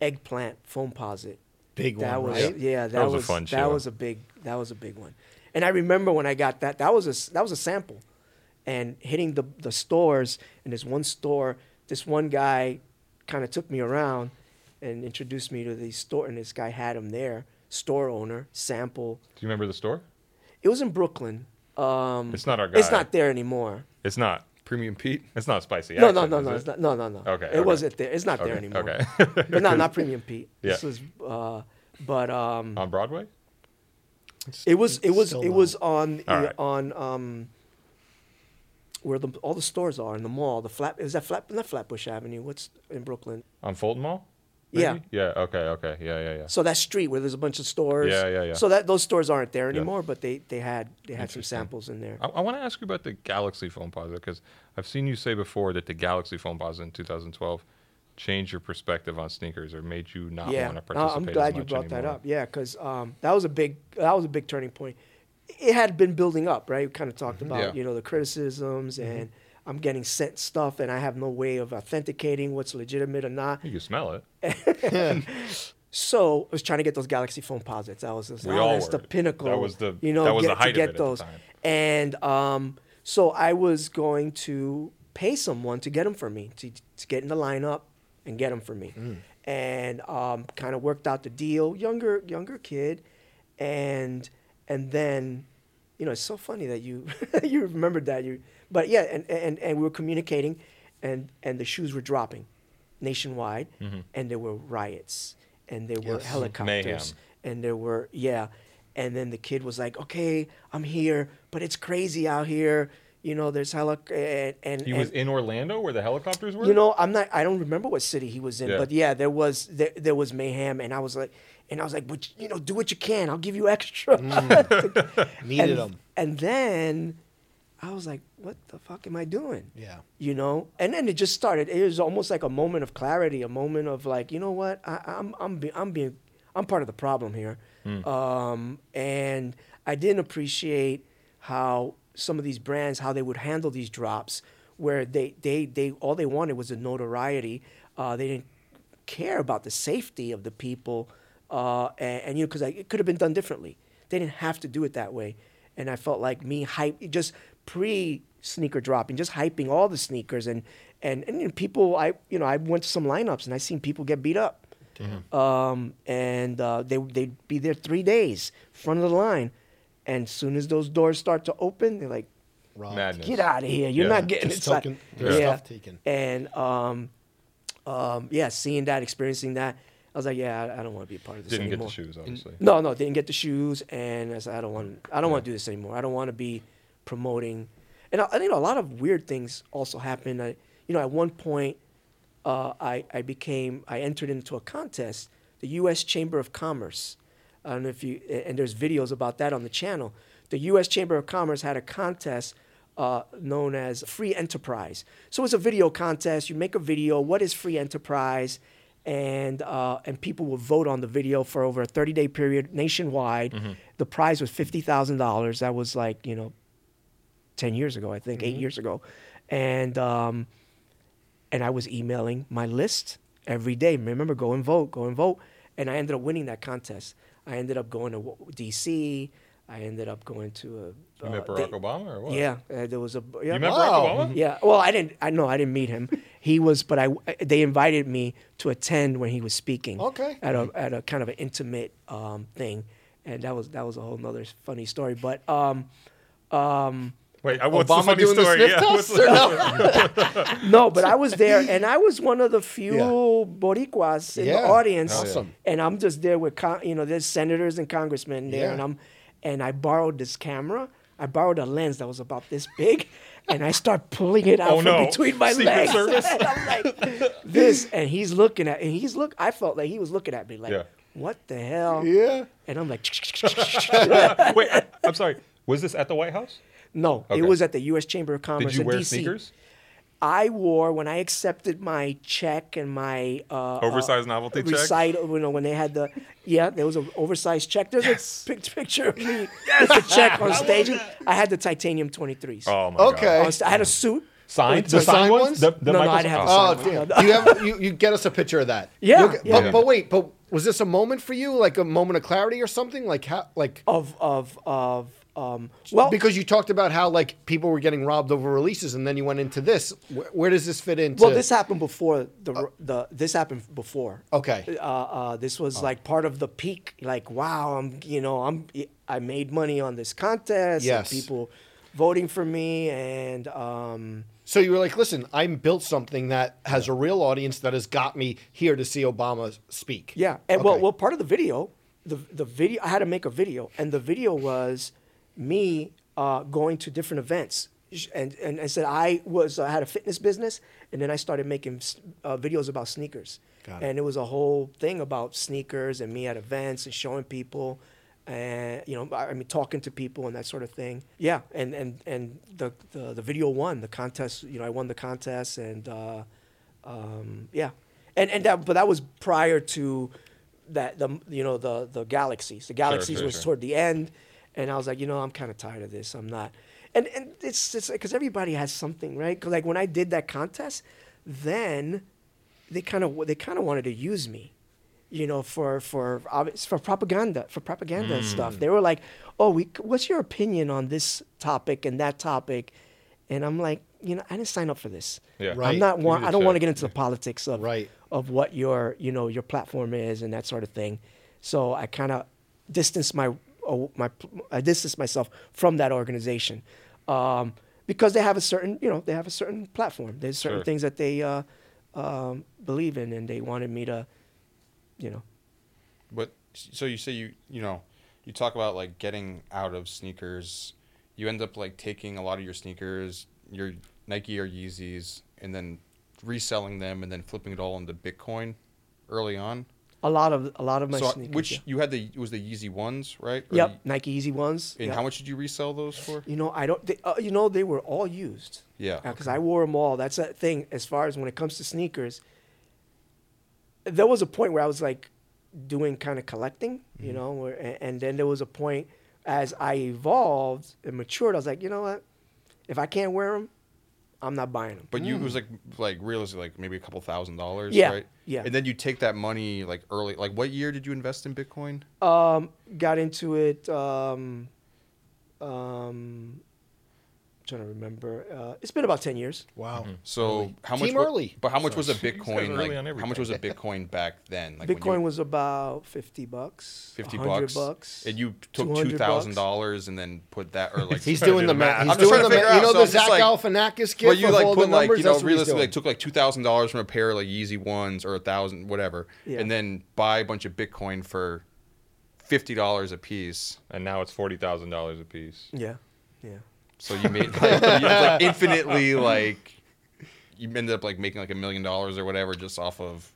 Eggplant foam posit.
Big one.
That was
right?
yeah. That, was, a fun That
show.
was a big. That was a big one. And I remember when I got that. That was a s- that was a sample, and hitting the the stores. And this one store, this one guy, kind of took me around, and introduced me to the store. And this guy had him there, store owner, sample.
Do you remember the store?
It was in Brooklyn. Um,
It's not our
It's
guy.
not there anymore.
It's not.
Premium Pete?
It's not spicy.
No, no,
Action,
no,
is
no,
it?
it's not, no, no, no.
Okay,
it
okay.
wasn't there. It's not there
Okay,
anymore.
Okay.
but
(laughs)
no, not Premium Pete. This
Yeah.
was, uh, but um,
On Broadway?
It was it was
Still
it
not.
was on
All
the-
right.
on um where the all the stores are in the mall. The flat is that flat not Flatbush Avenue. What's in Brooklyn?
On Fulton Mall?
Yeah.
Yeah. Okay. Okay. Yeah. Yeah. Yeah.
So that street where there's a bunch of stores.
Yeah, yeah, yeah.
So that those stores aren't there
Yeah.
anymore, but they they had they had some
Interesting.
samples in there.
I, I want to ask you about the Galaxy phone posit because I've seen you say before that the Galaxy phone posit in 2012 changed your perspective on sneakers or made you not
yeah,
want to
Uh, I'm
participate. as
glad you
much
brought that
anymore.
up. Yeah, because um, that was a big that was a big turning point. It had been building up, right? We kind of
Mm-hmm.
talked about
Yeah.
you know the criticisms and. I'm getting sent stuff, and I have no way of authenticating what's legitimate or not.
You can smell it.
So I was trying to get those Galaxy phone posits. I was just,
We
oh,
all
that's the
were.
pinnacle.
That was the-
you know
that was
get,
the height
to
of
get
it at the
those.
time.
And um, so I was going to pay someone to get them for me to to get in the lineup and get them for me, and um, kind of worked out the deal. Younger younger kid, and and then you know, it's so funny that you (laughs) you remembered that you. But yeah, and and and we were communicating, and and the shoes were dropping, nationwide, and there were riots, and there were
Yes.
helicopters, and there were yeah, and then the kid was like, okay, I'm here, but it's crazy out here. You know, there's helic and and,
He was
and-
in Orlando where the helicopters were.
you know, I'm not. I don't remember what city he was in,
Yeah.
but yeah, there was there, there was mayhem, and I was like, and I was like, but you know, do what you can. I'll give you extra.
Mm.
Needed
and,
them.
and then I was like, what the fuck am I doing?
Yeah.
You know? And then it just started. It was almost like a moment of clarity, a moment of like, you know what? I, I'm, I'm, be, I'm being I'm part of the problem here.
Hmm.
Um, and I didn't appreciate how some of these brands how they would handle these drops, where they they they all they wanted was the notoriety. Uh, they didn't care about the safety of the people, uh, and, and you know because it could have been done differently. They didn't have to do it that way, and I felt like me hype just pre sneaker dropping, just hyping all the sneakers and and and you know, people. I you know I went to some lineups and I seen people get beat up. Um, and uh, they they'd be there three days front of the line, and as soon as those doors start to open, they're like,
Rob.
Madness.
get out of here! You're
Yeah.
not getting
Just
it's like-
taken- there's stuff taken.
And um, um, yeah, seeing that, experiencing that, I was like, yeah, I, I don't want to be a part of this
Didn't get
anymore.
the shoes, obviously.
No, no, didn't get the shoes, and I said, I don't want, I don't want to do this anymore. I don't want to be promoting, and I, I think a lot of weird things also happened. I, you know, at one point, uh, I, I became, I entered into a contest, the U.S. Chamber of Commerce. I don't know if you, a- and there's videos about that on the channel. The U.S. Chamber of Commerce had a contest uh, known as Free Enterprise. So it's a video contest. You make a video. What is free enterprise? and uh, and people will vote on the video for over a 30 day period nationwide. The prize was fifty thousand dollars. That was like you know, ten years ago, I think, eight years ago, and um, and I was emailing my list every day. Remember, go and vote, go and vote, and I ended up winning that contest. I ended up going to w- D.C. I ended up going to a.
You met
uh,
Barack
they-
Obama or what?
Yeah, uh, there was a. Yeah,
You Mm-hmm. met
Wow.
Barack Obama?
yeah. Well, I didn't. I know I didn't meet him. He was, but I. They invited me to attend when he was speaking.
Okay.
At a at a kind of an intimate um, thing, and that was that was a whole nother funny story. But um,
Wait, I, what's
Obama
the funny
doing the
story?
sniff
yeah,
test
what's
(laughs)
the-
no, but I was there, and I was one of the
(laughs)
few
Yeah.
Boricuas in
Yeah.
the audience.
Awesome.
And I'm just there with con- you know there's senators and congressmen there,
Yeah.
and I'm and I borrowed this camera. I borrowed a lens that was about this big, and I start pulling it out
Oh,
from
no.
between my
Secret
legs.
Service?
(laughs) And I'm like this, and he's looking at, and he's look. I felt like he was looking at me like,
Yeah.
what the hell?
Yeah.
And I'm like, (laughs)
Wait, I, I'm sorry. Was this at the White House?
no,
Okay.
it was at the U.S. Chamber of
Did
Commerce
you
in
wear
D.C.
sneakers?
I wore when I accepted my check and my uh,
Oversized
uh,
novelty check?
recite, You know when they had the yeah, there was an oversized check. There's a pic- picture of me with the check on stage. I had the titanium 23s.
Oh my
Okay.
god.
On st- I had a suit.
Signed?
The signed ones?
The, the
No, no,
Michael-
I didn't have the
oh.
Oh,
Sorry,
damn.
Michael.
Do you have you, you get us a picture of that?
Yeah,
You'll get-
yeah.
But, but wait, but was this a moment for you, like a moment of clarity or something? Like how, like
Of of of um. Well,
because you talked about how like people were getting robbed over releases, and then you went into this. Where, where does this fit into?
well, this happened before the
Uh,
the this happened before.
Okay.
Uh, uh, this
Oh.
was like part of the peak. Like wow, I'm you know I'm I made money on this contest. and
Yes.
people voting for me and um.
So you were like, listen, I built something that has a real audience that has got me here to see Obama speak.
Yeah, and well,
Okay.
well, part of the video, the the video, I had to make a video, and the video was me uh, going to different events, Sh- and and I said I was I had a fitness business, and then I started making s- uh, videos about sneakers,
Got it.
and it was a whole thing about sneakers and me at events and showing people. And you know, I I mean, talking to people and that sort of thing. Yeah, and and and the the, the video won the contest. You know, I won the contest, and uh, um, yeah, and and that, but that was prior to that the you know the the galaxies. The galaxies
sure,
was
sure.
toward the end, and I was like, you know, I'm kind of tired of this. I'm not, and and it's it's because everybody has something, right? 'Cause, like when I did that contest, then they kind of they kind of wanted to use me. You know, for for obvious- for propaganda, for propaganda
Hmm.
and stuff. They were like, "Oh, we, what's your opinion on this topic and that topic?" And I'm like, you know, I didn't sign up for this.
Yeah.
Right.
I'm not
You
want.
need
I
to
don't want to
check.
get into the politics of
Right.
of what your you know your platform is and that sort of thing. So I kind of distanced my oh, my I distanced myself from that organization um, because they have a certain you know they have a certain platform. There's certain
Sure.
things that they uh, um, believe in, and they wanted me to, you know,
But so you say you you know you talk about like getting out of sneakers, you end up like taking a lot of your sneakers, your Nike or Yeezys, and then reselling them and then flipping it all into Bitcoin early on.
a lot of a lot of my
so
sneakers.
which
yeah.
you had the it was the Yeezy ones, right? Or
Yep,
the-
Nike Easy ones.
and
yep.
how much did you resell those for?
You know, I don't. They, uh, you know, they were all used.
Yeah,
Because I wore them all. That's that thing. As far as when it comes to sneakers, there was a point where I was like, doing kind of collecting, you know, where, and, and then there was a point as I evolved and matured, I was like, you know what? If I can't wear them, I'm not buying them.
But you it was like like realistically like maybe a couple thousand dollars,
Hmm. Yeah,
right?
yeah.
And then you take that money like early. Like what year did you invest in Bitcoin?
Um, got into it. Um, um, trying to remember. Uh, it's been about ten years.
Wow.
So how much?
Team
wa-
early.
But how much was a
Sorry. You guys are
Bitcoin?
early on
Like, how much was a Bitcoin back then? Like when you-
Bitcoin was about fifty bucks.
fifty
100
bucks, and you took
200
two thousand
bucks.
dollars and then put that or like
He's
trying to
doing
do
the
the
math.
math.
He's
I'm just
doing
trying
the
to figure
math. You
out,
know
so
the
I'm just
Zach
like-
Galifianakis gift
Well, you
of
like
all
put
the
like
numbers.
you know
That's what he's
realistically
doing.
like took like two thousand dollars from a pair of like Yeezy ones or a thousand whatever,
Yeah.
and then buy a bunch of Bitcoin for fifty dollars a piece.
Oh. And now it's forty thousand dollars a piece.
Yeah, yeah.
So you made like, you, like infinitely like you ended up like making like a million dollars or whatever just off of.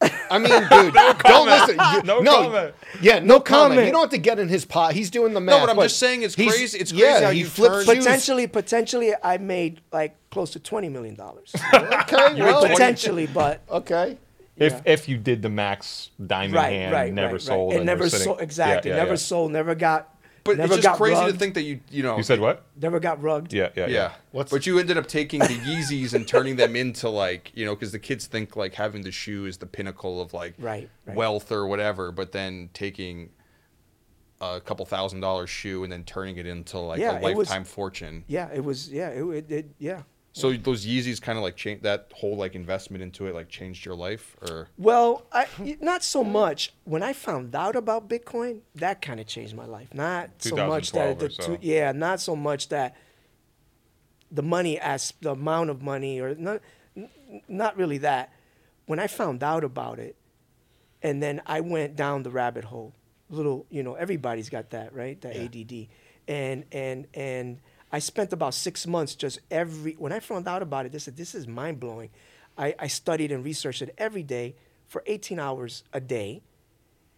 I mean,
(laughs)
dude, don't listen. You-
No
no,
comment.
Yeah, no, comment.
comment.
You don't have to get in his pot. He's doing the math.
No, but I'm just saying it's
he's-
crazy. It's crazy
yeah,
how
he
you
flipped
turn-
shoes.
Potentially, potentially, I made like close to twenty million
(laughs)
dollars.
(laughs) Okay, well,
potentially, but
okay.
If
Yeah.
if you did the max diamond
right,
hand,
right,
never
right,
sold,
Right. It
and
never
we're sitting-
sold. Exactly.
Yeah, yeah,
never
yeah.
sold. Never got.
But
never
it's
got
just crazy
rugged,
to think that you you know
You said what?
Never got rugged.
Yeah, yeah, yeah.
Yeah.
What's-
but you ended up taking the Yeezys and turning them into like, you know, because the kids think like having the shoe is the pinnacle of like
Right, right.
wealth or whatever. But then taking a couple thousand dollar shoe and then turning it into like
Yeah,
a
it was-
lifetime fortune.
Yeah, it was. Yeah, it, it, it yeah.
So those Yeezys kind of like changed that whole like investment into it, like changed your life or
Well,
(laughs)
I, not so much. When I found out about Bitcoin, that kind of changed my life. Not so much that
2012 or
the
so.
two, yeah, not so much that the money as the amount of money or not, n- not really that. When I found out about it, and then I went down the rabbit hole. Little, you know, everybody's got that, right? That ADD, and and and I spent about six months just every. When I found out about it, this this is mind blowing. I, I studied and researched it every day for 18 hours a day,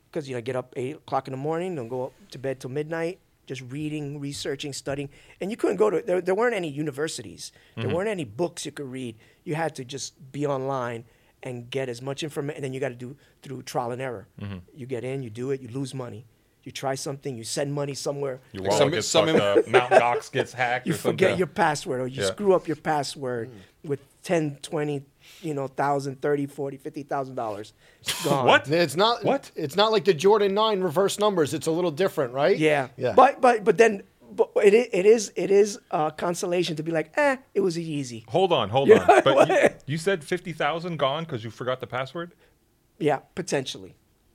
because you know, get up eight o'clock in the morning, don't go up to bed till midnight, just reading, researching, studying. And you couldn't go to there. There weren't any universities. There weren't any books you could read. You had to just be online and get as much information. And then you got to do through trial and error. You get in, you do it, you lose money. You try something, you send money somewhere.
Your
Like
wallet
some-
gets
some
fucked
(laughs)
up. Mount Gox gets hacked.
You
or
forget
something.
your password or you
Yeah.
screw up your password with 10, 20, you know, 1,000, 30, 40, 50,000 dollars. Gone.
What?
It's not
What?
It's not like the Jordan Nine reverse numbers. It's a little different, right?
Yeah.
Yeah.
But but but then but it i- it is it is uh, consolation to be like, eh, it was easy.
Hold on, hold
You know
on. But you,
what?
you said fifty thousand gone because you forgot the password.
Yeah, potentially.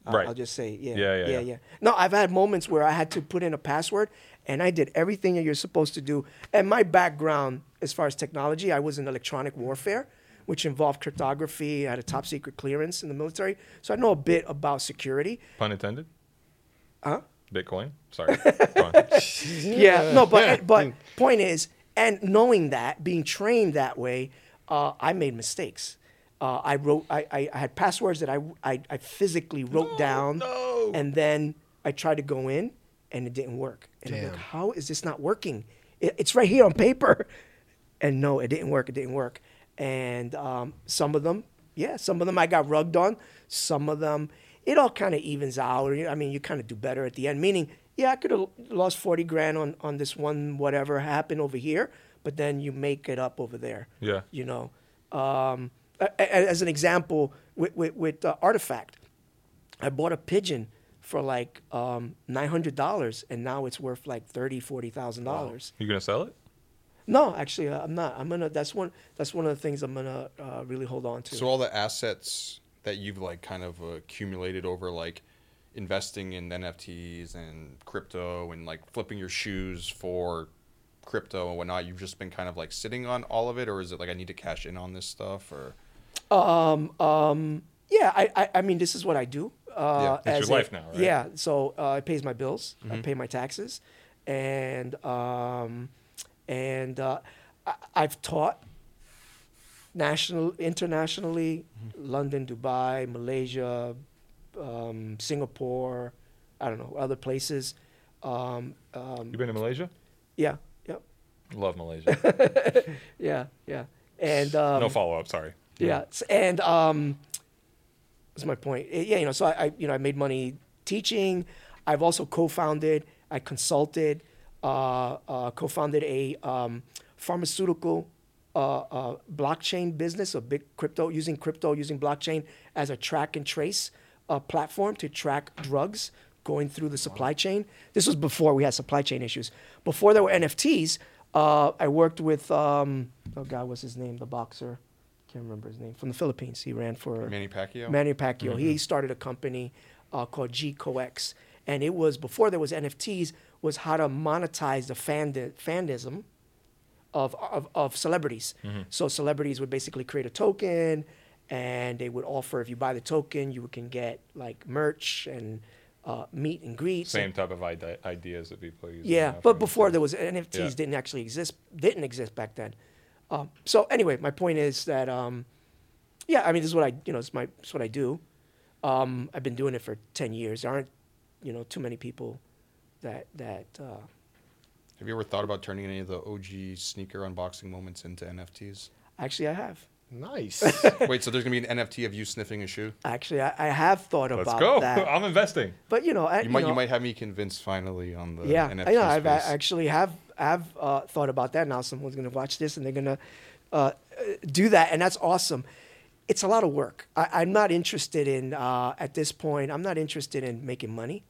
I'll-
Right.
I'll just say, yeah,
Yeah, yeah,
yeah,
yeah.
yeah. No, I've had moments where I had to put in a password, and I did everything that you're supposed to do. And my background, as far as technology, I was in electronic warfare, which involved cryptography. I had a top secret clearance in the military, so I know a bit about security.
Pun intended. Huh? Bitcoin.
(laughs)
Sorry. Go on.
yeah no but but point is and knowing that being trained that way uh, i made mistakes uh, i wrote I, I, I had passwords that i i, I physically wrote down
no.
and then i tried to go in and it didn't work and i'm
Damn.
like how is this not working it, it's right here on paper (laughs) and no it didn't work it didn't work and um, some of them yeah some of them i got rugged on some of them it all kind of evens out or, you- i mean you kind of do better at the end meaning yeah i could have lost 40 grand on, on this one whatever happened over here but then you make it up over there
Yeah.
you know um, a- a- as an example with, with, with uh, artifact I bought a pigeon for like um, nine hundred dollars, and now it's worth like thirty, forty thousand dollars.
You gonna sell it?
No, actually, uh, I'm not. I'm gonna. That's one. That's one of the things I'm gonna uh, really hold on to.
So all the assets that you've like kind of accumulated over like investing in NFTs and crypto and like flipping your shoes for crypto and whatnot, you've just been kind of like sitting on all of it, or is it like I need to cash in on this stuff or
yeah, I, I. I mean, this is what I do. Uh,
Yeah, it's your
as
life
a-
now, right? Mm-hmm.
Yeah. So uh, it pays my bills. I pay my taxes, and um, and uh, I, I've taught national, internationally,
Mm-hmm.
London, Dubai, Malaysia, um, Singapore, I don't know, other places. Um, um,
You been to Malaysia?
yeah, yeah,
Love Malaysia.
yeah, yeah. And um,
no follow up. Sorry.
yeah, s- and um, That's my point. Eh, yeah, you know, so I, I, you know, I made money teaching. I've also co-founded. I consulted. Uh, uh, co-founded a um, pharmaceutical uh, uh, blockchain business, a big crypto using crypto using blockchain as a track and trace uh, platform to track drugs going through the supply chain. This was before we had supply chain issues. Before there were NFTs, uh, I worked with um, oh god, what's his name? The boxer, can't remember his name from the Philippines. He ran for
Manny Pacquiao?
Manny Pacquiao. He started a company uh, called GCoX, and it was before there was NFTs. Was how to monetize the fandi- fandism of of, of celebrities. So celebrities would basically create a token, and they would offer if you buy the token, you can get like merch and uh, meet and greets.
Same type of ide- ideas that people use.
Yeah,
now for
but before there was NFTs
Yeah.
didn't actually exist didn't exist back then. Um, so anyway, my point is that um, yeah, I mean this is what I you know it's my it's what I do. Um, I've been doing it for ten years. There aren't you know too many people that that uh,
Have you ever thought about turning any of the OG sneaker unboxing moments into
(laughs)
NFTs?
actually I have.
Nice.
Wait, so there's gonna be an NFT of you sniffing a shoe?
Actually, I, I have thought
Let's
about
go. (laughs)
that.
I'm investing.
But you know, I,
You, might
know,
you might have me convinced finally on the
yeah,
NFT
I know. I've
space.
a- actually have have uh, thought about that. Now someone's going to watch this and they're going to uh, uh, do that, and that's awesome. It's a lot of work. I, I'm not interested in uh, at this point. I'm not interested in making money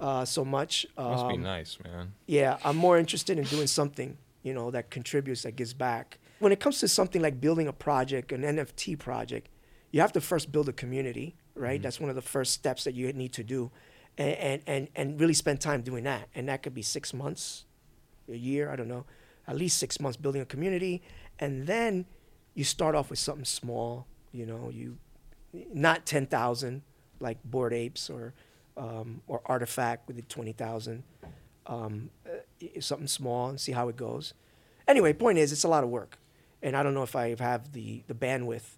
uh, so much. Um,
Must be nice, man.
yeah, I'm more interested in doing something, you know, that contributes, that gives back. When it comes to something like building a project, an NFT project, you have to first build a community, right? That's one of the first steps that you need to do, and, and and and really spend time doing that. And that could be six months, a year, I don't know, at least six months building a community, and then you start off with something small, you know, you not ten thousand like Board Apes or um, or Artifact with the twenty thousand, um, uh, i- something small and see how it goes. Anyway, point is, it's a lot of work, and I don't know if I have the the bandwidth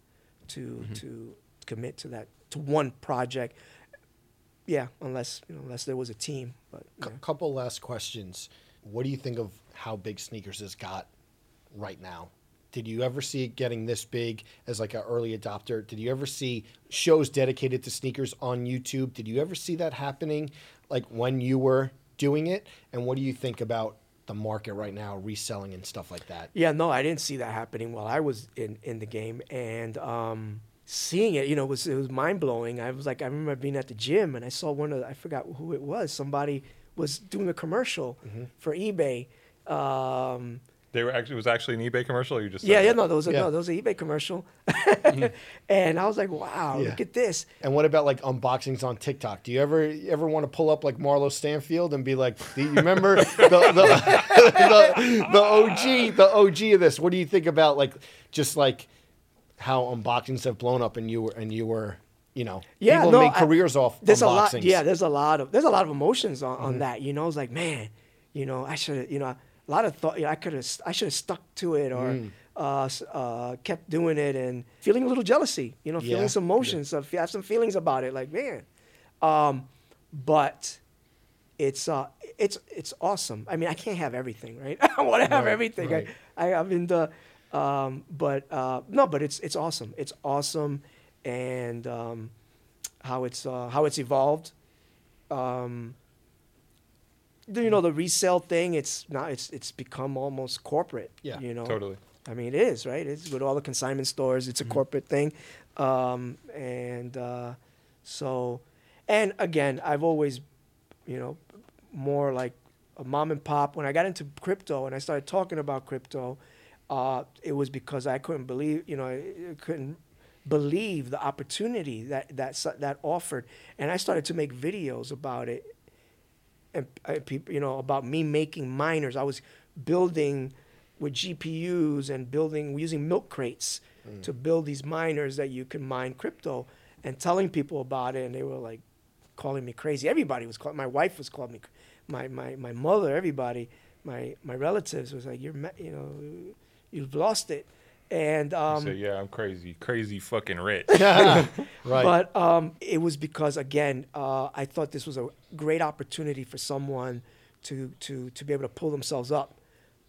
to to commit to that to one project. Yeah, unless you know, unless there was a team, but
C-
yeah.
couple last questions. What do you think of how big sneakers has got right now? Did you ever see it getting this big as like an early adopter? Did you ever see shows dedicated to sneakers on YouTube? Did you ever see that happening like when you were doing it? And what do you think about the market right now, reselling and stuff like that?
Yeah, no, I didn't see that happening while I was in, in the game, and um, seeing it, you know, was it was mind blowing. I was like, I remember being at the gym and I saw one of, I forgot who it was. Somebody was doing a commercial
Mm-hmm.
for eBay. Um,
They were actually it was actually an eBay commercial. Or you just said
yeah, yeah,
that?
no, there was a,
Yeah. Mm-hmm.
no, there was an eBay commercial, (laughs) and I was like, wow,
Yeah.
look at this.
And what about like unboxings on TikTok? Do you ever ever want to pull up like Marlo Stanfield and be like, "Do you
(laughs)
remember the, the, (laughs) the, the OG the OG of this?" What do you think about like just like how unboxings have blown up and you were and you were you know
yeah,
people
no,
have made
I-
careers off
there's
unboxings. Mm-hmm.
a lot yeah there's a lot of there's a lot of emotions on, on that you know it's like man you know i should have you know a lot of thought you know, i could have i should have stuck to it or
Mm.
uh, s- uh, kept doing it and feeling a little jealousy you know
Yeah.
feeling some emotions of have some feelings about it like man um, but it's uh it's it's awesome i mean i can't have everything right (laughs) i want to have
Right,
everything
right.
I, I, I'm in the, um, but uh, no, but it's it's awesome. It's awesome, and um, how it's uh, how it's evolved. Um, do you know the resale thing? It's not. It's it's become almost corporate.
Yeah,
you know.
totally.
I mean, it is right. It's with all the consignment stores. It's a corporate thing, um, and uh, so, and again, I've always, you know, more like a mom and pop. When I got into crypto and I started talking about crypto, uh, it was because I couldn't believe, you know, I I couldn't believe the opportunity that that s- that offered, and I started to make videos about it and uh, people, you know, about me making miners. I was building with GPUs and building using milk crates to build these miners that you can mine crypto and telling people about it. And they were like calling me crazy. Everybody was calling. My wife was calling me, cr- my my my mother, everybody, my my relatives was like, you're ma- you know, you've lost it. And um,
so yeah, I'm crazy, crazy fucking rich.
(laughs)
(laughs) right
but um, it was because again, uh, I thought this was a great opportunity for someone to to to be able to pull themselves up.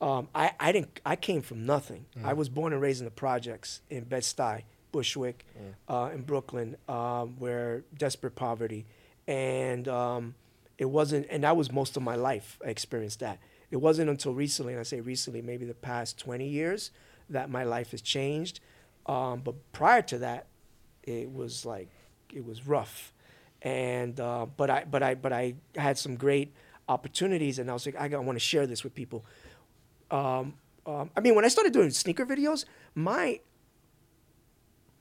Um, I I didn't I came from nothing. I was born and raised in the projects in Bed Stuy, Bushwick, uh, in Brooklyn, um, where desperate poverty, and um, it wasn't, and that was most of my life. I experienced that. It wasn't until recently, and I say recently, maybe the past 20 years, that my life has changed. Um, but prior to that, it was like it was rough, and uh, but I but I but I had some great opportunities, and I was like, I want to share this with people um, um, I mean, when I started doing sneaker videos, my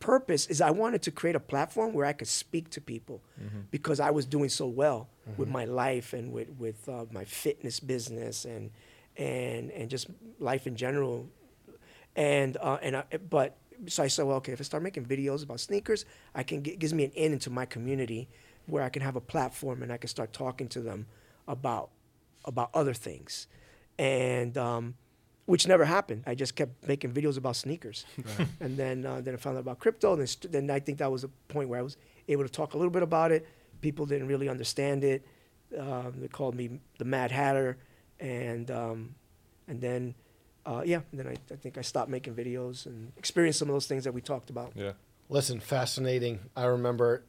purpose is I wanted to create a platform where I could speak to people because I was doing so well with my life and with with uh, my fitness business and and and just life in general. And uh, and I, but so I said, well, okay, if I start making videos about sneakers, I can get, gives me an in into my community where I can have a platform and I can start talking to them about about other things and um, which never happened. I just kept making videos about sneakers, (laughs) and then uh, then I found out about crypto. And then, st- then I think that was a point where I was able to talk a little bit about it. People didn't really understand it. Um, they called me the Mad Hatter, and um, and then uh, yeah, and then I, I think I stopped making videos and experienced some of those things that we talked about.
Yeah.
Listen, fascinating. I remember,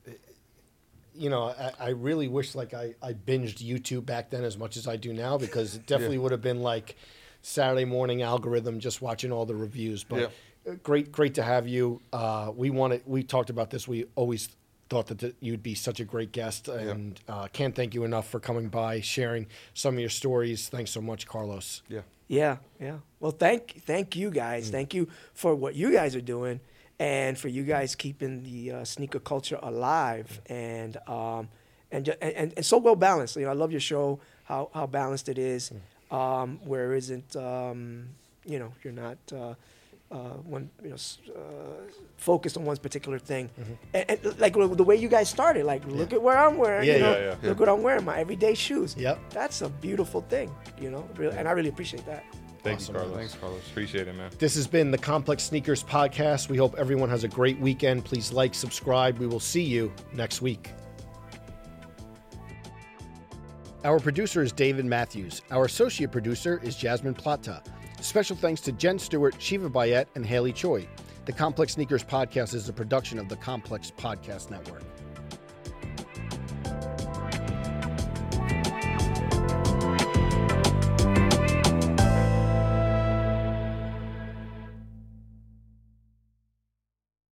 you know, I, I really wish like I, I binged YouTube back then as much as I do now because it definitely would have been like Saturday morning algorithm just watching all the reviews. But uh great, great to have you. Uh, we wanted, we talked about this. We always thought that th- you'd be such a great guest and uh, can't thank you enough for coming by, sharing some of your stories. Thanks so much, Carlos.
Yeah.
Yeah, yeah. Well, thank thank you guys.
Mm.
Thank you for what you guys are doing, and for you guys keeping the uh, sneaker culture alive and um and, ju- and and and so well balanced. You know, I love your show. How how balanced it is.
Mm.
Um, where isn't um you know you're not. Uh, uh, one you know s- uh, focused on one particular thing, and, and like the way you guys started, like look at where I'm wearing,
Mm-hmm. Yeah,
you know,
yeah,
yeah.
look what I'm wearing, my everyday shoes.
Yep.
That's a beautiful thing, you know, really, and I really appreciate that.
Thank
Awesome,
you,
man.
Carlos.
Thanks, Carlos.
Appreciate it, man.
This has been the Complex Sneakers Podcast. We hope everyone has a great weekend. Please like, subscribe. We will see you next week. Our producer is David Matthews. Our associate producer is Jasmine Plata. Special thanks to Jen Stewart, Shiva Bayet, and Haley Choi. The Complex Sneakers Podcast is a production of the Complex Podcast Network.